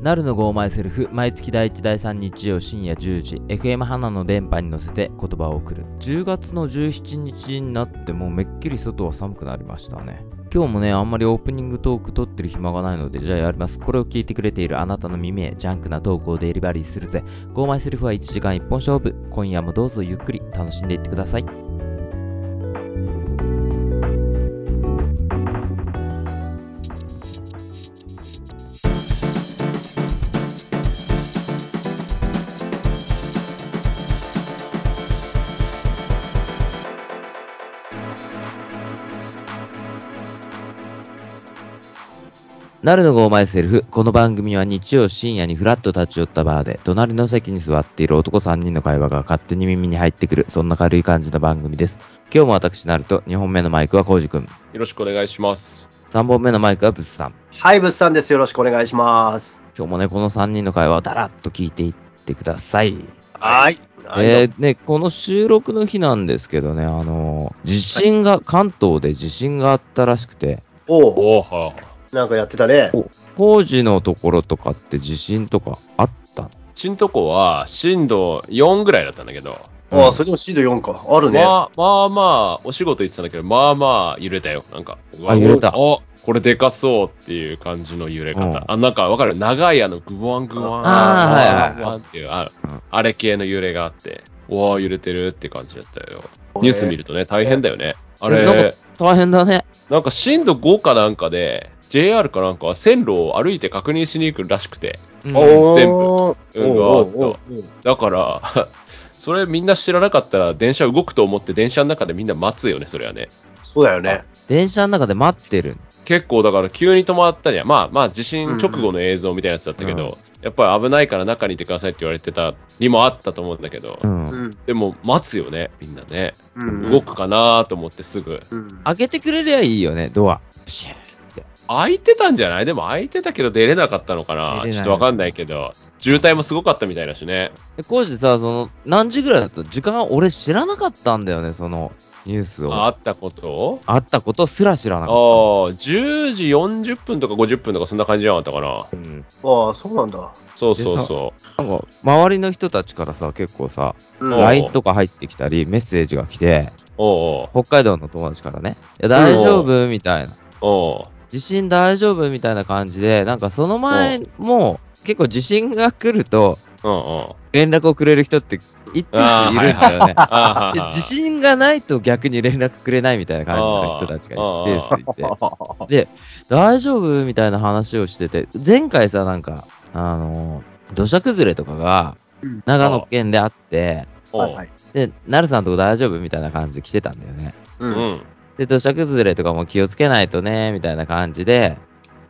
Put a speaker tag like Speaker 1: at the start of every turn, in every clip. Speaker 1: なるのゴーマイセルフ毎月第1第3日曜深夜10時 FM 花の電波に乗せて言葉を送る10月の17日になってもうめっきり外は寒くなりましたね今日もねあんまりオープニングトーク撮ってる暇がないのでじゃあやりますこれを聞いてくれているあなたの耳へジャンクなトークをデリバリーするぜゴーマイセルフは1時間1本勝負今夜もどうぞゆっくり楽しんでいってくださいなるのゴーマイセルフ。この番組は日曜深夜にフラッと立ち寄ったバーで、隣の席に座っている男3人の会話が勝手に耳に入ってくる、そんな軽い感じの番組です。今日も私なると、2本目のマイクはコウジ君、
Speaker 2: よろしくお願いします。
Speaker 1: 3本目のマイクはブスさん。
Speaker 3: はい、ぶっさんです。よろしくお願いします。
Speaker 1: 今日もね、この3人の会話をだらっと聞いていってください。
Speaker 3: はい。
Speaker 1: えー、ね、この収録の日なんですけどね、あのー、地震が、関東で地震があったらしくて、
Speaker 3: おお、
Speaker 2: おは
Speaker 3: なんかやってたね。
Speaker 1: 工事のところとかって地震とかあった
Speaker 2: ちんとこは震度4ぐらいだったんだけど、
Speaker 1: うん
Speaker 3: ああ、それでもシード4か。あるね。
Speaker 2: まあまあまあ、お仕事行ってたんだけど、まあまあ揺れたよ。なんか、う
Speaker 1: あ
Speaker 2: わ
Speaker 1: 揺れた
Speaker 2: おこれでかそうっていう感じの揺れ方。
Speaker 1: うん
Speaker 2: あ、なんかわかる長いあの、グワングワン。
Speaker 1: あ
Speaker 2: グワ
Speaker 3: ー
Speaker 2: ングワンっていう、あ
Speaker 1: うん
Speaker 2: あれ系の揺れがあって、おお揺れてるって感じだったよ。ニュース見
Speaker 3: る。
Speaker 2: るとね、大変だよね。あ
Speaker 1: なん
Speaker 2: れ
Speaker 1: か、大変だね。
Speaker 2: なんか震度5かなんかで、JR かなんかは線路を歩いて確認しに行くらしくて。
Speaker 1: うん
Speaker 3: おお、
Speaker 2: 全部
Speaker 3: おー
Speaker 2: 運動
Speaker 3: お
Speaker 2: アウ
Speaker 3: ー
Speaker 2: ト
Speaker 3: おー
Speaker 2: だから、 それみんな知らなかったら電車動くと思って電車の中でみんな待つよね、それはね。
Speaker 3: そうだよね。
Speaker 1: 電車の中で待ってる。
Speaker 2: 結構だから急に止まったりゃ、まあまあ地震直後の映像みたいなやつだったけ
Speaker 1: うん
Speaker 2: ど、やっぱり危ないから中にいてくださいって言われてたにもあったと思うんだけど、
Speaker 1: ん
Speaker 3: う。ん。
Speaker 2: でも待つよね、みんなね。
Speaker 3: うん。
Speaker 2: 動くかなと思ってすぐ。
Speaker 3: うん。
Speaker 1: 開けてくれりゃいいよね、ドア。プシュッ
Speaker 2: 開いてたんじゃないでも開いてたけど出れなかったのか
Speaker 1: 出れな
Speaker 2: ないちょっとわかんないけど、渋滞もすごかったみたいだしね。
Speaker 1: で、コージさ、その、何時ぐらいだった時間俺知らなかったんだよね、その、ニュースを。
Speaker 2: あ
Speaker 1: あ
Speaker 2: ったことを
Speaker 1: ったことすら知らな
Speaker 2: ああ
Speaker 1: かっ
Speaker 2: 10時40分とか50分とかそんな感じじゃなかったかな。
Speaker 1: た。うん。
Speaker 3: ああ、そうなんだ。
Speaker 2: そうそうそう。
Speaker 1: なんか、周りの人たちからさ、結構さ、
Speaker 3: うん
Speaker 2: おー
Speaker 1: LINE とか入ってきたり、メッセージが来て、
Speaker 2: おう
Speaker 1: 北海道の友達からね、いや、大丈夫みたいな。
Speaker 2: おうおう
Speaker 1: 地震大丈夫みたいな感じで、なんかその前も、結構地震が来ると、
Speaker 2: うんうん。
Speaker 1: 連絡をくれる人って一定数いるんだよね。
Speaker 2: あ
Speaker 1: で自信がないと逆に連絡くれないみたいな感じの人たちが一定数いて、で、大丈夫みたいな話をしてて、前回さ、なんか、あのー土砂崩れとかが
Speaker 3: うん
Speaker 1: 長野県であって、
Speaker 3: はいはい。
Speaker 1: で、なるさんとこ大丈夫みたいな感じで来てたんだよね。
Speaker 3: う。
Speaker 2: うんん。
Speaker 1: で、土砂崩れとかも気をつけないとね、みたいな感じで、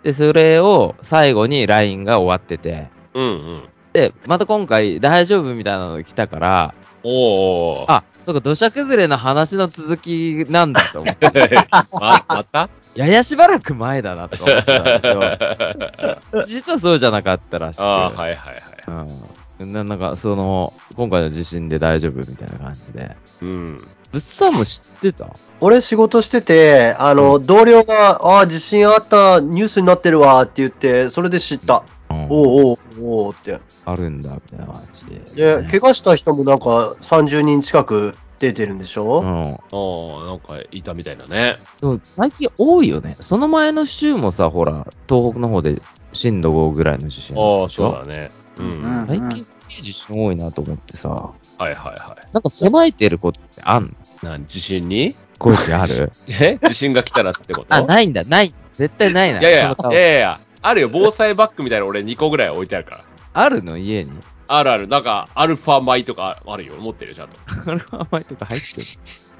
Speaker 1: で、それを最後に LINE が終わってて、
Speaker 2: うんうん。
Speaker 1: で、また今回大丈夫みたいなのが来たから、
Speaker 2: おうおう。
Speaker 1: あ、そうか、土砂崩れの話の続きなんだと思って。
Speaker 2: ま、また
Speaker 1: いややしばらく前だなとか思ってたんだけ ど、実はそうじゃなかったらしく。
Speaker 2: ああー、はいはいはい。
Speaker 1: うんな。なんか、その、今回の地震で大丈夫みたいな感じで。
Speaker 2: うん。
Speaker 1: ぶっさんも知ってた
Speaker 3: 俺仕事してて、あの、同僚が、ああ、地震あった、ニュースになってるわって言って、それで知った。
Speaker 1: お
Speaker 3: おおおおって。
Speaker 1: あるんだ、みたいな感じで。
Speaker 3: で、怪我した人もなんか30人近く出てるんでしょ
Speaker 1: うん。
Speaker 2: おうなんかいたみたいだね。
Speaker 1: でも最近多いよね。その前の週もさ、ほら、東北の方で震度5ぐらいの地震あった
Speaker 2: ああ、
Speaker 1: でし
Speaker 2: そう
Speaker 1: ょ。
Speaker 2: だね。う
Speaker 3: うん
Speaker 2: ん。
Speaker 3: うん
Speaker 2: はい
Speaker 1: 最近すげえ地震多いなと思ってさ、
Speaker 2: はいは
Speaker 1: なんか備えてることってあんの
Speaker 2: い。な地震に
Speaker 1: こういうのある
Speaker 2: え地震が来たらってこと
Speaker 1: あ、
Speaker 2: い
Speaker 1: ないんだ、ない。絶対ないな。
Speaker 2: やい
Speaker 1: そ
Speaker 2: や
Speaker 1: の、
Speaker 2: い
Speaker 1: 顔
Speaker 2: やいや、あるよ。防災バッグみたいなの俺2個ぐらい置いてあるから。
Speaker 1: あるの家に。
Speaker 2: あるある。なんか、アルファ米とかあるよ。持ってる、ちゃんと。
Speaker 1: アルファ米とか入ってる。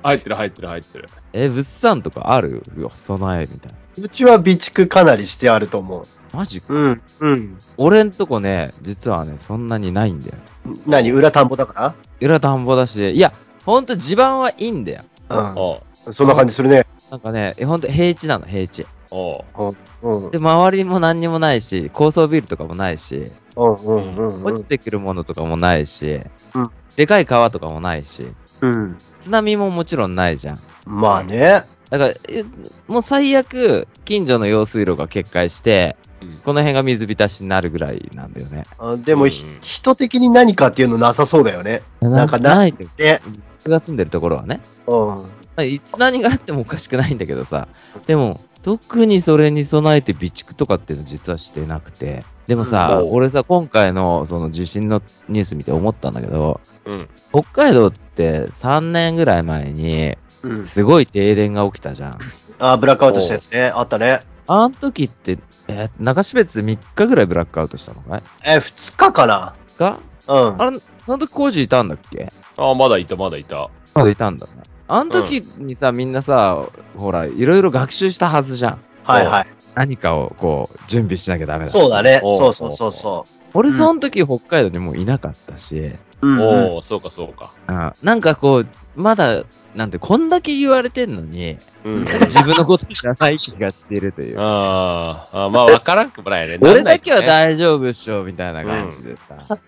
Speaker 2: 入ってる、入ってる、入ってる。
Speaker 1: え、物産とかあるよ、備えみたいな。
Speaker 3: うちは備蓄かなりしてあると思う。
Speaker 1: マジか。
Speaker 3: うん。うん。
Speaker 1: 俺んとこね、実はね、そんなにないんだよね。
Speaker 3: 何裏田んぼだか
Speaker 1: 裏田んぼだし、いや、ほんと地盤はいいんだよ。
Speaker 3: らうん。
Speaker 2: おう
Speaker 3: そんな感じするね。
Speaker 1: なんかね、えほんと平地なの、平地。
Speaker 2: おう
Speaker 3: うん。
Speaker 1: で、周りも何にもないし、高層ビルとかもないし、
Speaker 3: うんうんうん
Speaker 1: 落ちてくるものとかもないし、
Speaker 3: うん
Speaker 1: でかい川とかもないし、
Speaker 3: うん。
Speaker 1: 津波ももちろんないじゃん。
Speaker 3: まあね。
Speaker 1: だから、えもう最悪、近所の用水路が決壊して、この辺が水浸しになるぐらいなんだよね。
Speaker 3: あでも、ひ
Speaker 2: うん
Speaker 3: 人的に何かっていうのなさそうだよね。なんかな
Speaker 1: ないいで
Speaker 3: ね。
Speaker 1: 僕が住んでるところはね。
Speaker 3: うん。
Speaker 1: まあいつ何があってもおかしくないんだけどさ。でも、特にそれに備えて備蓄とかっていうの実はしてなくて。でもさ、
Speaker 2: うん
Speaker 1: 俺さ、今回のその地震のニュース見て思ったんだけど、
Speaker 2: うん。
Speaker 1: 北海道って3年ぐらい前に、
Speaker 3: うん、
Speaker 1: すごい停電が起きたじゃん。
Speaker 3: あブラックアウトしたやつね。あったね。
Speaker 1: あの時って、えー中標津3日ぐらいブラックアウトしたのかい
Speaker 3: え、2日かな
Speaker 1: か
Speaker 3: うん。
Speaker 1: あれ、その時工事いたんだっけ
Speaker 2: ああ、まだいた、まだいた。
Speaker 1: まだいたんだね。あの時にさ、みんなさ、ほら、いろいろ学習したはずじゃん。
Speaker 3: はいはい。
Speaker 1: 何かをこう、準備しなきゃダメだ。
Speaker 3: そうだね。
Speaker 2: おう
Speaker 3: そうそうそうそ
Speaker 1: 俺、その時北海道にもういなかったし、うん、
Speaker 3: う。うんうん
Speaker 2: おお、そうか、そうか。
Speaker 1: なんかこう、まだ、なんて、こんだけ言われてんのに、
Speaker 2: うん。
Speaker 1: 自分のことじゃない気がしてるという。
Speaker 2: あーあー、まあ、わからんくもないね。
Speaker 1: 俺だけは
Speaker 2: なんない
Speaker 1: 大丈夫っしょ、みたいな感じでさ。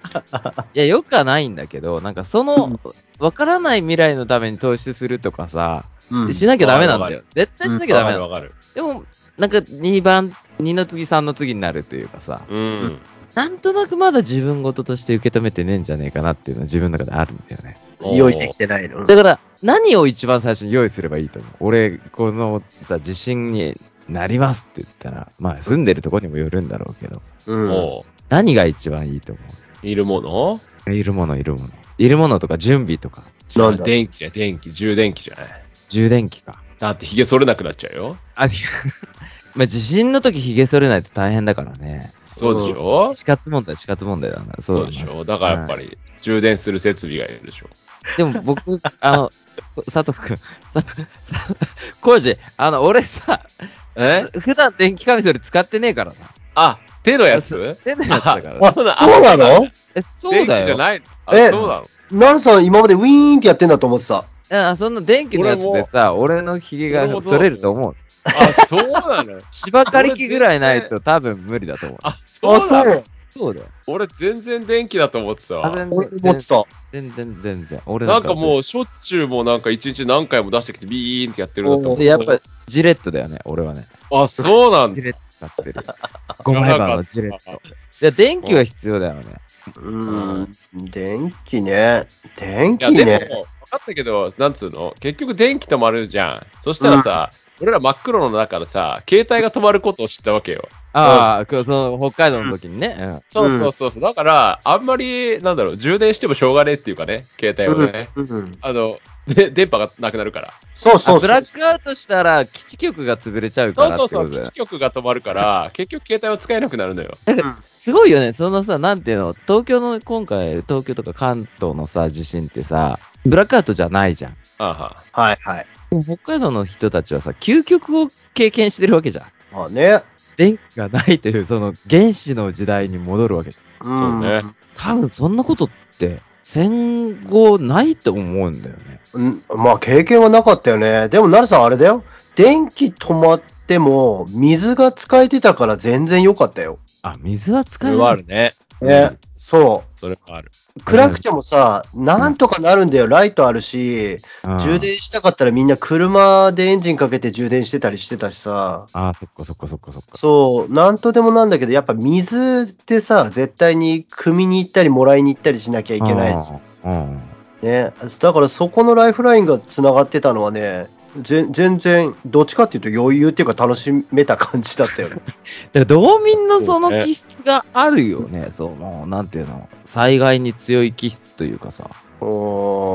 Speaker 1: いや、よくはないんだけど、なんかその、わからない未来のために投資するとかさ、
Speaker 3: うん
Speaker 1: しなきゃダメなんだ
Speaker 2: わ
Speaker 1: よ。絶対しなき
Speaker 2: け
Speaker 1: ゃ
Speaker 2: どね。
Speaker 1: ダ
Speaker 2: わ
Speaker 1: メ
Speaker 2: か
Speaker 1: なの。
Speaker 2: る、わかる。
Speaker 1: でも、なんか2番、2の次、3の次になるというかさ、
Speaker 2: うん。
Speaker 1: なんとなくまだ自分事として受け止めてねえんじゃねえかなっていうのは自分の中であるんだよね。
Speaker 3: 用意できてないの。
Speaker 1: だから、何を一番最初に用意すればいいと思う俺、このさ、地震になりますって言ったら、まあ、住んでるとこにもよるんだろうけど、
Speaker 3: うん。
Speaker 2: おう
Speaker 1: 何が一番いいと思う
Speaker 2: いるもの
Speaker 1: いるもの、いるもの。いるものとか準備とか、
Speaker 3: なんだ
Speaker 2: 電気じゃ、電気、充電器じゃない。
Speaker 1: 充電器か。
Speaker 2: だって、髭剃れなくなっちゃうよ。
Speaker 1: あ、違う。 まあ、地震の時髭剃れないと大変だからね。
Speaker 2: そうでしょ
Speaker 1: 死活問題、死活問題だな。そうだ
Speaker 2: そう
Speaker 1: な
Speaker 2: でしょだからやっぱり、充電する設備がいるでしょ。
Speaker 1: でも僕、あの、佐藤君、さ、コージ、あの、俺さ、
Speaker 2: え
Speaker 1: 普段電気カミソリ使ってねえからさ。
Speaker 2: あ、手のやつ
Speaker 1: 手のやつだからさ。
Speaker 3: あ、
Speaker 2: そうだ
Speaker 3: そうなの
Speaker 1: え、そうだ
Speaker 2: 電気じゃ
Speaker 1: よ。
Speaker 2: ないのあ
Speaker 3: え
Speaker 2: そうなの
Speaker 3: ナルさん今までウィーンってやってんだと思ってた。
Speaker 1: あそんな電気のやつでさ、俺のひげが
Speaker 2: 俺もそう
Speaker 1: 剃れると思う。
Speaker 2: あ、そうなの
Speaker 1: 芝刈り機ぐらいないと多分無理だと思う。
Speaker 2: あ、そうなの
Speaker 1: そうだよ。
Speaker 2: 俺全然電気だと思ってた
Speaker 1: あ
Speaker 2: わ。
Speaker 3: 俺思ってた。
Speaker 1: 全然、全然。俺
Speaker 2: なんかも
Speaker 1: う、
Speaker 2: うしょっちゅうもうなんか一日何回も出してきてビーンってやってるんだと思
Speaker 3: う
Speaker 2: う。
Speaker 1: やっぱ、ジレットだよね、俺はね。
Speaker 2: あ、そうなんだ
Speaker 1: ジ。レット使ってるよ。ゴムレバーのジレット。いや、電気は必要だよね。
Speaker 3: うん。電気ね。
Speaker 2: い
Speaker 3: 電
Speaker 2: や、
Speaker 3: 気
Speaker 2: でも、
Speaker 3: ね。
Speaker 2: 分かったけど、なんつうの結局電気止まるじゃん。そしたらさ、俺ら真っ黒の中でさ、携帯が止まることを知ったわけよ。
Speaker 1: ああ、その、北海道の時にね。うん。
Speaker 2: そうそうそうそう。だから、あんまり、なんだろう、充電してもしょうがねえっていうかね、携帯をね。
Speaker 3: うんうん
Speaker 2: あの、で、電波がなくなるから。
Speaker 3: そうそう
Speaker 1: あ
Speaker 3: そう。
Speaker 1: ブラックアウトしたら基地局が潰れちゃう
Speaker 2: そ
Speaker 1: か
Speaker 2: う
Speaker 1: らって
Speaker 2: そ
Speaker 1: こ
Speaker 2: うそ
Speaker 1: とだ
Speaker 2: う、
Speaker 1: よ
Speaker 2: 基
Speaker 1: ね
Speaker 2: 地局が止まるから、結局携帯は使えなくなるのよ。
Speaker 1: すごいよね、そのさ、なんていうの、東京の、今回、東京とか関東のさ、地震ってさ、ブラックアウトじゃないじゃん。
Speaker 2: あは
Speaker 3: はいはい。
Speaker 1: でも北海道の人たちはさ、究極を経験してるわけじゃん。
Speaker 3: まあね。
Speaker 1: 電気がないという、その原始の時代に戻るわけじゃん。
Speaker 3: うん。
Speaker 2: そうね
Speaker 1: 多分そんなことって、戦後ないと思うんだよね。
Speaker 3: うんまあ経験はなかったよね。でも、なるさんあれだよ。電気止まっても、水が使えてたから全然良かったよ。
Speaker 1: あ、水は使え
Speaker 2: それ
Speaker 1: ない。
Speaker 2: はあるね。
Speaker 3: ね。そ
Speaker 2: それはある。
Speaker 3: う。暗くてもさ、なんとかなるんだよ。ライトあるし、
Speaker 1: うん
Speaker 3: 充電したかったらみんな車でエンジンかけて充電してたりしてたしさ。
Speaker 1: あー、そっかそっかそっかそっか。
Speaker 3: そう、なんとでもなんだけど、やっぱ水ってさ、絶対に汲みに行ったり、もらいに行ったりしなきゃいけないし
Speaker 1: うん。うん
Speaker 3: ね。だからそこのライフラインがつながってたのはね、ぜ全然、どっちかっていうと余裕っていうか楽しめた感じだったよね。
Speaker 1: だから道民のその
Speaker 2: そうね
Speaker 1: 気質があるよね、その、なんていうの、災害に強い気質というかさ。
Speaker 3: う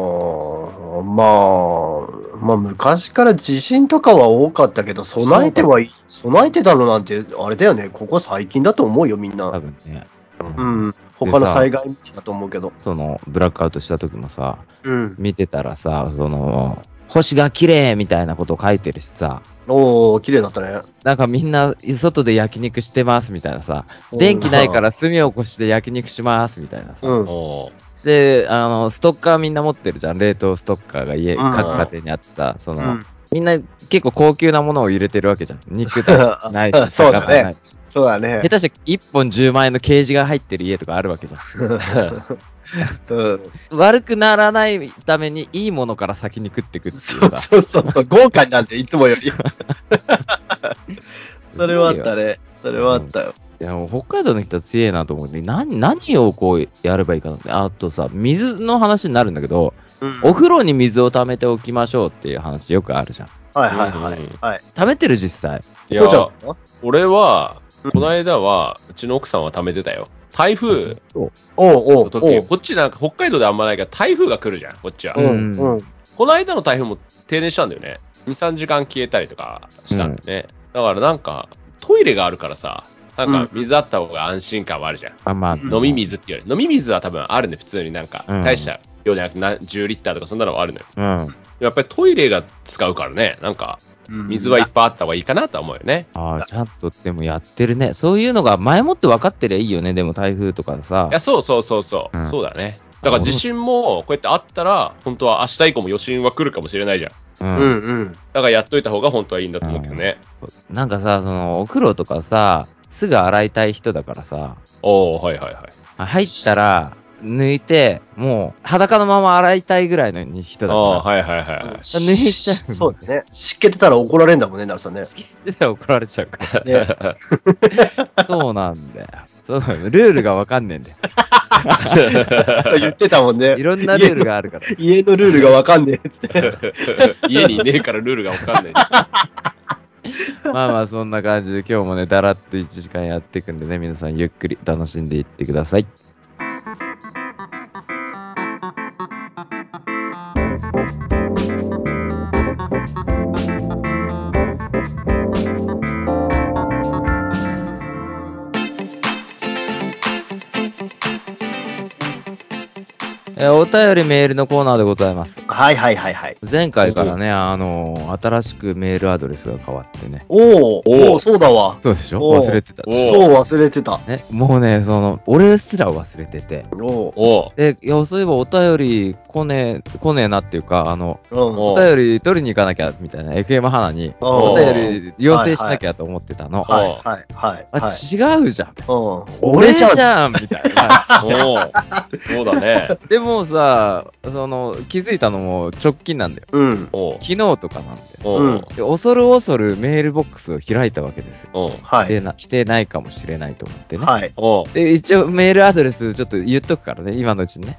Speaker 3: ーんまあ、まあ昔から地震とかは多かったけど、備えてはい備えてたのなんて、あれだよね、ここ最近だと思うよ、みん
Speaker 1: 多
Speaker 3: な。
Speaker 1: 分ね。
Speaker 3: うん。他の災害だと思うけど。
Speaker 1: その、ブラックアウトした時もさ、
Speaker 3: うん。
Speaker 1: 見てたらさ、その、星が綺麗みたいなことを書いてるしさ、
Speaker 3: おー、綺麗だったね。
Speaker 1: なんかみんな外で焼肉してますみたいなさ、電気ないから炭を起こして焼肉しますみたいなさ。
Speaker 3: うん。
Speaker 2: おー
Speaker 1: で、あの、ストッカーみんな持ってるじゃん、冷凍ストッカーが家、
Speaker 3: うん
Speaker 1: 各家庭にあった、そうの、
Speaker 3: ん、、
Speaker 1: みんな結構高級なものを入れてるわけじゃん。肉とかないし
Speaker 3: そうだね
Speaker 1: 魚ないし
Speaker 3: そうだね
Speaker 1: 下。手して1本10万円のケージが入ってる家とかあるわけじゃ
Speaker 3: うん
Speaker 1: ん。 悪くならないためにいいものから先に食ってくっていう
Speaker 3: そ う
Speaker 1: さ。
Speaker 3: そうそうそう、豪 華になんて、いつもより。それはあったね。それはあったよ。
Speaker 1: いやもう北海道の人は強えなと思って、何、何をこうやればいいかなって。あとさ、水の話になるんだけど、
Speaker 3: うん
Speaker 1: お風呂に水を溜めておきましょうっていう話よくあるじゃん。
Speaker 3: はいはいは
Speaker 2: うん
Speaker 3: い。はい。
Speaker 1: 溜めてる実際。
Speaker 2: い
Speaker 3: こ
Speaker 2: や
Speaker 3: うちゃんは
Speaker 2: 俺は
Speaker 3: うん、
Speaker 2: この間は、うちの奥さんは貯めてたよ。台風
Speaker 3: おうお
Speaker 2: の
Speaker 3: うお
Speaker 2: 時、
Speaker 3: う。
Speaker 2: こっちなんか北海道であんまないから台風が来るじゃん、こっちは。
Speaker 3: うんうん。
Speaker 2: この間の台風も停電したんだよね。2、3時間消えたりとかしたんだよね。だからなんか、トイレがあるからさ、なんか水あった方が安心感はあるじゃん。
Speaker 1: あ、まあ、
Speaker 3: うん
Speaker 2: 飲み水って言われる。飲み水は多分あるね、普通になんか。
Speaker 1: うん
Speaker 2: 大した量じゃなくてな10リッターとかそんなのはあるのよ。
Speaker 1: うん。
Speaker 2: やっぱりトイレが使うからね、なんか
Speaker 3: うん
Speaker 2: 水はいっぱいあった方がいいかなとは思うよね。
Speaker 1: ああ、ちゃんとでもやってるね。そういうのが前もって分かってりゃいいよね。でも台風とかさ
Speaker 2: いや、。そうそうそうそう、
Speaker 1: うん
Speaker 2: そうだね。だから地震もこうやってあったら、本当は明日以降も余震は来るかもしれないじゃん。
Speaker 1: う。
Speaker 3: うんんうん。
Speaker 2: だからやっといた方が本当はいいんだと思うけどね。
Speaker 1: なんかさ、その、お風呂とかさ、すぐ洗いたい人だからさ、
Speaker 2: おおはいはいはい。
Speaker 1: あ入ったら、抜いて、もう、裸のまま洗いたいぐらいの人
Speaker 2: あ
Speaker 1: だ
Speaker 2: あ、
Speaker 1: か
Speaker 2: はいはいはいはい。
Speaker 1: 抜いちゃう
Speaker 3: そうだね。湿気てたら怒られんだもんね、なるさんね。
Speaker 1: ら、で怒られちゃうか
Speaker 3: ね
Speaker 1: ら。そうなんだよ。そうなんだよルールが分かんねえんだよ。
Speaker 3: 言ってたもんね。
Speaker 1: いろんなルールがあるから。
Speaker 3: 家のル ールがわかんねえっつって。
Speaker 2: 家にいねえからルールがわかんな い。
Speaker 1: まあまあ、そんな感じで今日もね、だらっと1時間やっていくんでね、皆さんゆっくり楽しんでいってください。えーお便りメールのコーナーでございます。
Speaker 3: はいはいはいはい。
Speaker 1: 前回からね、あのー新しくメールアドレスが変わってね。
Speaker 3: おお
Speaker 2: おー
Speaker 3: おーそうだわ。
Speaker 1: そうでしょ
Speaker 3: おう
Speaker 1: 忘れてた。
Speaker 2: おう
Speaker 3: そう忘れてた。
Speaker 1: ね、もうね、その、俺すら忘れてて。
Speaker 3: お
Speaker 2: おお
Speaker 1: で、いや、そういえばお便り来ねえ、来ねえなっていうか、あの、
Speaker 3: お
Speaker 1: お便り取りに行かなきゃ、みたいな、FM 花に、
Speaker 3: お
Speaker 1: お
Speaker 2: う
Speaker 1: 便り要請しなきゃと思ってたの。
Speaker 2: はい
Speaker 3: はいはい
Speaker 1: あ
Speaker 3: はい。
Speaker 1: 違うじゃん。
Speaker 3: うん
Speaker 1: 俺
Speaker 3: 俺
Speaker 1: じ
Speaker 3: じゃん。
Speaker 1: ゃんみたい な。
Speaker 2: おおそうだね。
Speaker 1: でもさ、その、気づいたのも直近なんだよ。
Speaker 3: うん。
Speaker 2: おう
Speaker 1: 昨日とかなんだよ。
Speaker 2: お
Speaker 3: う
Speaker 2: うん
Speaker 1: で、恐る恐るメールボックスを開いたわけですよ。
Speaker 2: おう
Speaker 3: は
Speaker 1: 来て
Speaker 3: い。
Speaker 1: な来てないかもしれないと思ってね。
Speaker 3: はい。
Speaker 2: おう
Speaker 1: で一応メールアドレスちょっと言っとくからね、今のうちにね。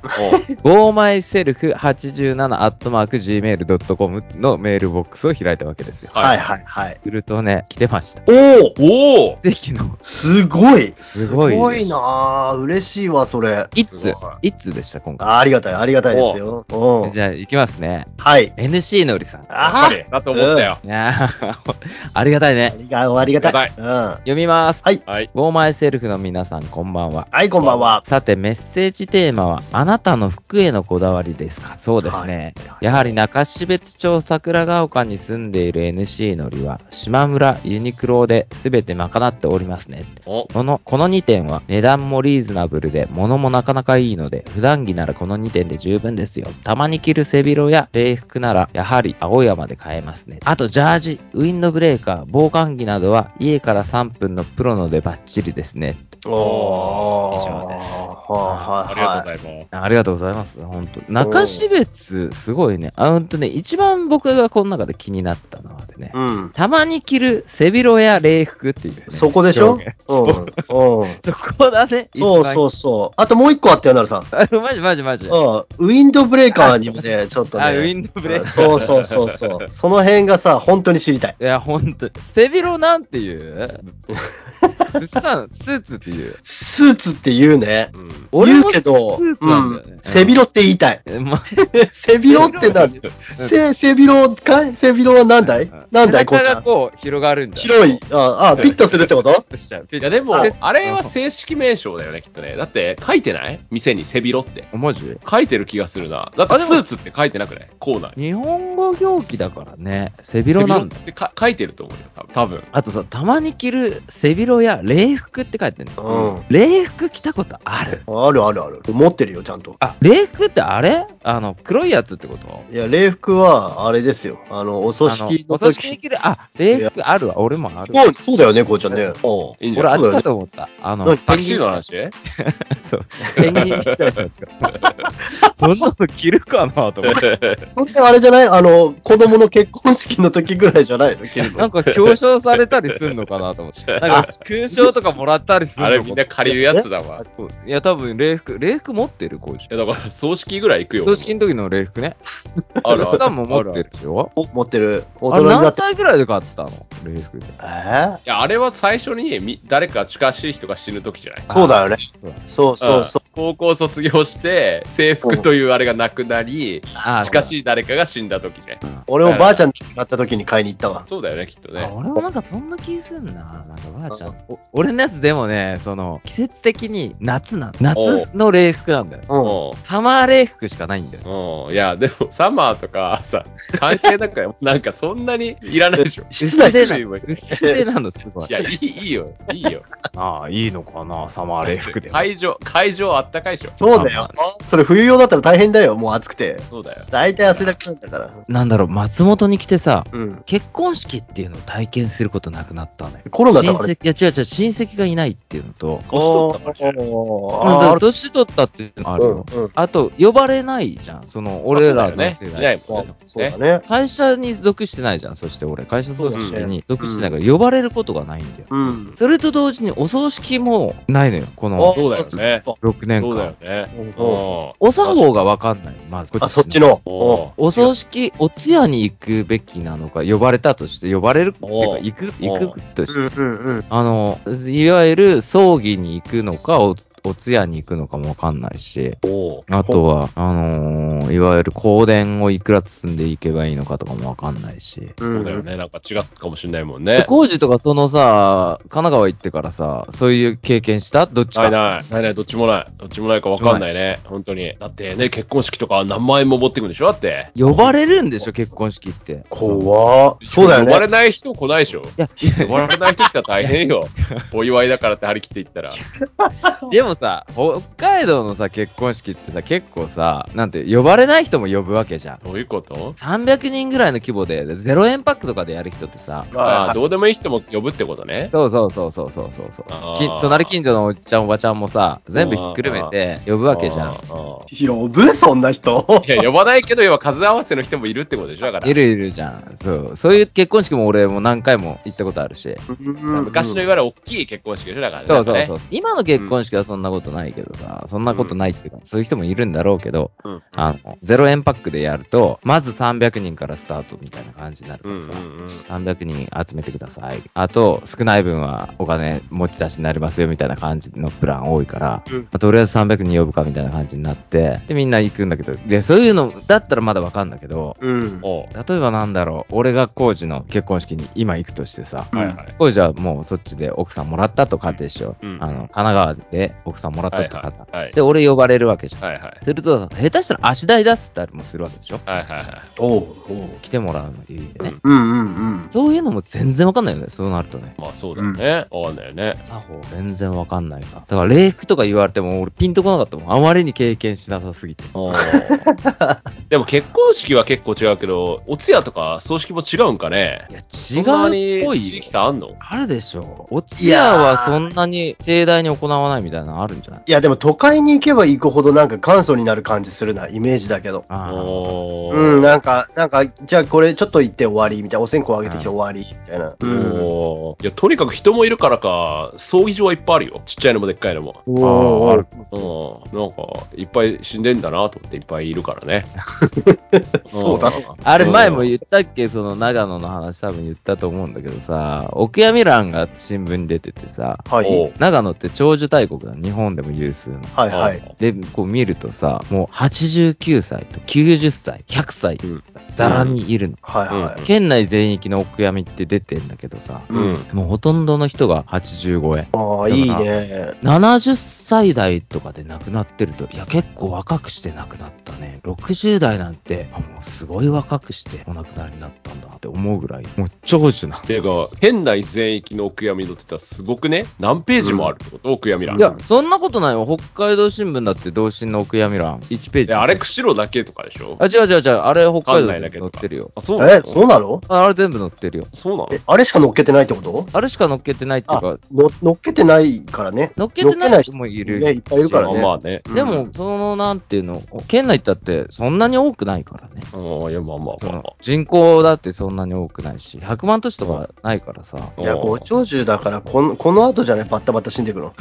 Speaker 2: おう
Speaker 1: gomyself87-gmail.com のメールボックスを開いたわけですよ。
Speaker 3: はいはいはい。
Speaker 1: するとね、来てました。
Speaker 3: おお
Speaker 2: おお
Speaker 1: ぜひの、
Speaker 3: すごい
Speaker 1: すごいです
Speaker 3: なあ嬉しいわ、それ。
Speaker 1: い
Speaker 2: す
Speaker 1: つ
Speaker 2: ごい、
Speaker 1: いつでした、今回。
Speaker 3: あありがたい、ありがたいですよ。うん
Speaker 1: じゃあ、行きますね。
Speaker 3: はい。
Speaker 1: NC のりさん。
Speaker 2: あ
Speaker 3: あ
Speaker 2: りだと思ったよ。
Speaker 1: いやー ありがたい
Speaker 3: あ
Speaker 1: ね。
Speaker 3: りがありがたい。うん。は
Speaker 1: 読みます。
Speaker 2: はい。
Speaker 1: gomyself の皆さん、こんばんは。
Speaker 3: い、こんばんは。
Speaker 1: さて、メッセージテーマは、あなたの服へのこだわりですかそうですね。やはり中標津町桜ヶ丘に住んでいる NC のりは、島村、ユニクロで全て賄っておりますね。
Speaker 2: お
Speaker 1: この、この2点は値段もリーズナブルで、物もなかなかいいので、普段着ならこの2点で十分ですよ。たまに着る背広や礼服なら、やはり青山で買えますね。あと、ジャージ、ウィンドブレーカー、防寒着などは、家から3分のプロのでバッチリですね。
Speaker 3: おー。
Speaker 1: 以上です
Speaker 3: は
Speaker 2: あ
Speaker 3: い
Speaker 2: りが
Speaker 3: は
Speaker 2: とうございます。
Speaker 1: ありがとうございます。本当中標津、すごいね。あ、ほんとね、一番僕がこの中で気になったのはね
Speaker 3: い。、うん。
Speaker 1: たまに着る背広や礼服っていう、ね。
Speaker 3: そこでしょ
Speaker 1: 表現
Speaker 3: うん。 うん。
Speaker 1: そこだね。。
Speaker 3: そうそううそう。あともう一個あったよ、なるさん。うん。
Speaker 1: あ マジマジマジ。
Speaker 3: ウィンドブレーカーにもね、ちょっとね。
Speaker 1: あ、ウィンドブレーカー。
Speaker 3: そうそうそうそう。その辺がさ、本当に知りたい。
Speaker 1: いや、ほんと、背広なんていう うっさん、スーツっていう。
Speaker 3: スーツって言うね。
Speaker 2: うん
Speaker 1: 俺
Speaker 3: 言
Speaker 1: も
Speaker 3: う
Speaker 1: ス
Speaker 3: け
Speaker 1: ー
Speaker 3: ど、
Speaker 1: ツ
Speaker 3: う
Speaker 1: なんだよね
Speaker 3: ん。。背広って言 いたい。
Speaker 1: え。ま、
Speaker 3: 背広ってなんだせ背広かい背広は何だい何だいこ
Speaker 1: 背
Speaker 3: うち
Speaker 1: 中
Speaker 3: ゃ
Speaker 1: が
Speaker 3: ん。
Speaker 1: こう、広がるんだよ。
Speaker 3: 広い。あ、あピッとするってこと
Speaker 1: としちゃう。
Speaker 2: いやでも
Speaker 1: あ、
Speaker 2: あれは正式名称だよね、きっとね。だって、書いてない店に背広って。
Speaker 1: マジ
Speaker 2: 書いてる気がするな。だってスーツって書いてなくないコーナーに。
Speaker 1: 日本語表記だからね、背広なんだ。
Speaker 2: 背広ってか書いてると思うよ、多分多分。
Speaker 1: あとさ、たまに着る背広や礼服って書いてるの。
Speaker 3: うん。
Speaker 1: 礼服着たことある
Speaker 3: あるあるある。持ってるよ、ちゃんと。
Speaker 1: あ、礼服ってあれあの、黒いやつってこと
Speaker 3: いや、礼服は、あれですよ。あの、お葬
Speaker 1: あの
Speaker 3: 式
Speaker 1: お
Speaker 3: の
Speaker 1: 葬式に
Speaker 3: 時。
Speaker 1: 着る、あ、礼服あるわ、俺もある。
Speaker 3: そう、そうだよね、こうちゃんね。
Speaker 2: おういいんじゃ
Speaker 1: 俺、
Speaker 2: な
Speaker 1: あ
Speaker 2: い
Speaker 1: っちかと思った。あの、
Speaker 3: 何
Speaker 2: タキシードの話
Speaker 1: そう。ペンギンみたいなやつ。そんなの着るかなと思って。
Speaker 3: それあれじゃないあの、子供の結婚式の時ぐらいじゃないの着る
Speaker 1: なん
Speaker 3: の
Speaker 1: か表彰されたりすんのかなと思って。なんか勲章とかもらったりするの
Speaker 2: あれみんな借りるやつだわ。い
Speaker 1: いや、多分礼服、礼服持ってる、こうじ
Speaker 2: やだから葬式ぐらい行くよ。
Speaker 1: 葬式の時の礼服ね。
Speaker 2: あ
Speaker 1: お
Speaker 2: るある
Speaker 1: じさんも持ってるでしょ
Speaker 3: お持ってる。大
Speaker 1: あれ
Speaker 3: 人にな
Speaker 1: 何
Speaker 3: って。
Speaker 1: 歳ぐらいで買ったの礼服で。
Speaker 3: えー
Speaker 2: いや、あれは最初にみ誰か近しい人が死ぬ時じゃない
Speaker 3: そうだよね。
Speaker 1: そうだ
Speaker 3: そうそうそ
Speaker 2: 高校卒業して、制服というあれがなくなり、
Speaker 1: あ
Speaker 2: 近しい誰かが死んだ時ね。
Speaker 3: う。俺もばあちゃんになった時に買いに行ったわ。
Speaker 2: そうだよね、きっと
Speaker 1: あ
Speaker 2: ね。
Speaker 1: 俺もなんかそんな気すんな。なんかばあちゃん。お俺のやつでもね、その、季節的に夏なの夏の礼服なんだよ。
Speaker 3: うん。
Speaker 2: う
Speaker 1: サマー礼服しかないんだよ。
Speaker 2: ん。うん。いや、でも、サマーとかさ、関係なく ないなんかそんなにいらないでし ょ。
Speaker 3: 室内
Speaker 1: で
Speaker 2: で
Speaker 1: な
Speaker 2: な
Speaker 1: の
Speaker 2: の。
Speaker 1: 薄手なの、す ごい
Speaker 2: い。や、いいいいよ、いいよ。
Speaker 1: ああ、いいのかな、サマー礼服でも。
Speaker 2: 会場、会場あったかいでしょ。
Speaker 3: そうだよ。それ冬用だったら大変だよ。もう暑くて。
Speaker 2: そうだよ。
Speaker 3: 大体汗だくなんだから。
Speaker 1: なんだろう、松本に来てさ、
Speaker 3: うん。
Speaker 1: 結婚式っていうのを体験することなくなったのよ。
Speaker 3: コロナだ
Speaker 1: 親
Speaker 3: から
Speaker 1: 戚、いや違う違う、親戚がいないっていうのと、
Speaker 2: 年取ったからね
Speaker 3: おー
Speaker 1: まあだ
Speaker 3: あ
Speaker 1: か
Speaker 3: ー
Speaker 1: ら年取ったっていうのもあるよ。
Speaker 3: うんうん
Speaker 1: あと、呼ばれないじゃん、その、俺らの
Speaker 2: ね。
Speaker 1: 世
Speaker 2: い
Speaker 1: 代
Speaker 2: ないもんね。
Speaker 3: そうだね。
Speaker 1: 会社に属してないじゃん、そして俺、会社組織に属してないから、呼ばれることがないんだよ。
Speaker 3: うん。
Speaker 1: それと同時に、お葬式もないのよ、こ
Speaker 3: あ
Speaker 1: の
Speaker 2: そうだよね
Speaker 3: そっか
Speaker 1: 6年
Speaker 2: そうだよ
Speaker 1: 間。
Speaker 2: ね。
Speaker 3: うん
Speaker 2: うん。
Speaker 1: お作法がわかんない、まず。
Speaker 3: あ、そっちの。
Speaker 2: おう
Speaker 1: お葬式、お通夜に行くべきなのか、呼ばれたとして、呼ばれるっていうか
Speaker 2: おう、
Speaker 1: 行く、
Speaker 2: おう
Speaker 1: 行くとして、
Speaker 3: うんうんうん。
Speaker 1: あの、いわゆる葬儀に行くのか、おお通夜に行くのかもわかんないし、
Speaker 2: おう
Speaker 1: あとは、あのーいわゆる香典をいくら積んでいけばいいのかとかもわかんないし。
Speaker 2: そうだよね。なんか違ったかもしれないもん
Speaker 1: で
Speaker 2: ね。
Speaker 1: 工事とかそのさ、神奈川行ってからさ、そういう経験したどっち
Speaker 2: な
Speaker 1: か。
Speaker 2: いない。ないない。どっちもない。どっちもないか分かんないね。本当に。だってね、結婚式とか何万円も持ってくんでしょだって。
Speaker 1: 呼ばれるんでしょ、結婚式って。
Speaker 3: 怖っそうだよね。
Speaker 2: 呼ばれない人来ないでしょ。
Speaker 1: いや、
Speaker 2: 呼ばれない人来たら大変よ。お祝いだからって張り切って言ったら。
Speaker 1: でもさ、北海道のさ、結婚式ってさ、結構さ、なんて、呼ばれない人も呼ぶわけじゃん。
Speaker 2: どういうこと
Speaker 1: 300人ぐらいの規模で、0円パックとかでやる人ってさ、
Speaker 2: ああ、
Speaker 3: あ
Speaker 2: どうでもいい人も呼ぶってことね。
Speaker 1: そうそうそうそうそうそうそう
Speaker 2: あー
Speaker 1: き隣近所のおっちゃんおばちゃんもさ、全部ひっくるめて呼ぶわけじゃ
Speaker 2: あ
Speaker 1: ん。
Speaker 2: あ
Speaker 3: 呼ぶそんな 人。
Speaker 2: いや、呼ばないけど、要は数合わせの人もいるってことでしょだから
Speaker 1: い。るいるじゃん。そう。そういう結婚式も俺も何回も行ったことあるし。
Speaker 2: 昔のいわゆる大きい結婚式でしょだからね。
Speaker 1: そうそう
Speaker 2: なん
Speaker 1: そ
Speaker 2: か
Speaker 1: う。今の結婚式はそんなことないけどさ、そんなことないっていうか、そういう人もいるんだろうけど、
Speaker 2: ね。
Speaker 1: あの、0円パックでやると、まず300人からスタートみたいな感じになるか
Speaker 2: うん。う
Speaker 1: ら
Speaker 2: ん
Speaker 1: さ。
Speaker 2: うんうん。
Speaker 1: 300人集めてください。あと、少ない分はお金持ち出しになりますよみたいな感じのプラン多いから、
Speaker 3: うん
Speaker 1: まあとりあえず300人呼ぶかみたいな感じになって、で、みんな行くんだけど、で、そういうのだったらまだわかんだけど、
Speaker 3: うん。
Speaker 2: おう
Speaker 1: 例えばなんだろう、俺がコージの結婚式に今行くとしてさ、
Speaker 2: はいはい。
Speaker 1: コージはもうそっちで奥さんもらったと仮定しよう。
Speaker 2: うん
Speaker 1: あの、神奈川で奥さんもらった
Speaker 2: はい
Speaker 1: と仮定。
Speaker 2: はい。はい
Speaker 1: で、俺呼ばれるわけじゃん。
Speaker 2: はいはい。
Speaker 1: すると、下手したら足代出すったりもするわけでしょ
Speaker 2: はいはいはい。
Speaker 3: おうおう。
Speaker 1: 来てもらうのっていう意味でね。
Speaker 2: うん
Speaker 3: うんうんうん。
Speaker 1: そういうのも全然わかんないよね、そうなるとね。
Speaker 2: まあそうだよね。わかんないよね。
Speaker 1: 作法全然わかんないか。だから、礼服とか言われても、俺ピンとこなかったもん。あまりに経験しなさすぎて。
Speaker 2: おう でも結婚式は結構違うけど、お通夜とか葬式も違うんかね
Speaker 1: いや、
Speaker 2: そ
Speaker 1: 違
Speaker 2: んな
Speaker 1: うっ
Speaker 2: に
Speaker 1: ぽい
Speaker 2: 地
Speaker 1: よ
Speaker 2: 域。差あんの
Speaker 1: あるでしょ。お通夜はそんなに盛大に行わないみたいなのあるんじゃない
Speaker 3: いや、でも都会に行けば行くほどなんか簡素になる感じするな、イメージだけど。
Speaker 1: あー
Speaker 2: おう
Speaker 3: うん、なんか、なんか、じゃあこれちょっと行って終わり、みたいな。お線香あげてきて終わり、みたいな。うん。
Speaker 2: おーいや、とにかく人もいるからか、葬儀場はいっぱいあるよ。ちっちゃいのもでっかいのも。
Speaker 3: お
Speaker 1: あー
Speaker 3: ー
Speaker 1: ある
Speaker 2: うん。なんか、いっぱい死んでんだなと思っていっぱいいるからね。
Speaker 3: そうだ。
Speaker 2: ん
Speaker 1: あれ前も言ったっけその長野の話多分言ったと思うんだけどさ、奥闇欄が新聞に出ててさ、
Speaker 3: は
Speaker 2: お
Speaker 3: い。
Speaker 2: う
Speaker 1: 長野って長寿大国だ。日本でも有数の。
Speaker 3: はいはい。
Speaker 1: で、こう見るとさ、もう89歳と90歳、100歳
Speaker 2: うん、
Speaker 1: ざらにいるの。
Speaker 3: はいは
Speaker 2: うん
Speaker 3: い。
Speaker 1: 県内全域の奥闇って出てんだけどさ、
Speaker 2: うん。
Speaker 1: もうほとんどの人が85円。
Speaker 3: ああ、いいね。
Speaker 1: 70歳代とかで亡くなってると、いや、結構若くして亡くなったね。60代なんて、あもうすごい若くしてお亡くなりになったんだって思うぐらい、もう長寿な。
Speaker 2: ていうか、県内全域のお悔やみのって言ったらすごくね、何ページもあるってこと、お悔やみ欄。
Speaker 1: いや、そんなことないよ。北海道新聞だって、同心のお悔やみ欄、1ページ。
Speaker 2: であれ、釧路だけとかでしょ
Speaker 1: あ、違う違う違う。あれ、北海道
Speaker 2: 関内だ
Speaker 1: に
Speaker 2: け
Speaker 1: 載っ
Speaker 2: とか
Speaker 1: てるよ。
Speaker 2: あ、そうなの
Speaker 3: え、そうなの
Speaker 1: ああれ全部載ってるよ。
Speaker 2: そうなの
Speaker 3: え、あれしか乗っけてないってこと
Speaker 1: あれしか載っけてないっていうか、
Speaker 3: の乗っけてないからね。
Speaker 1: 載っけて
Speaker 3: 乗っけ
Speaker 1: な
Speaker 3: ないい
Speaker 1: 人
Speaker 3: 人
Speaker 1: もいる。
Speaker 3: ね、いっぱいいるから
Speaker 2: まあ
Speaker 3: ね。
Speaker 2: まあね。
Speaker 1: でも、その、なんていうの、県内だってそんなに多くないからね。
Speaker 2: うん、いや、まあまあ
Speaker 1: そ
Speaker 2: まあま
Speaker 1: の人口だってそんなに多くないし、100万都市とかないからさ。
Speaker 2: あ。
Speaker 3: いや、
Speaker 2: うん
Speaker 3: ご長寿だから、この、この後じゃね、バッタバッタ死んでいくの。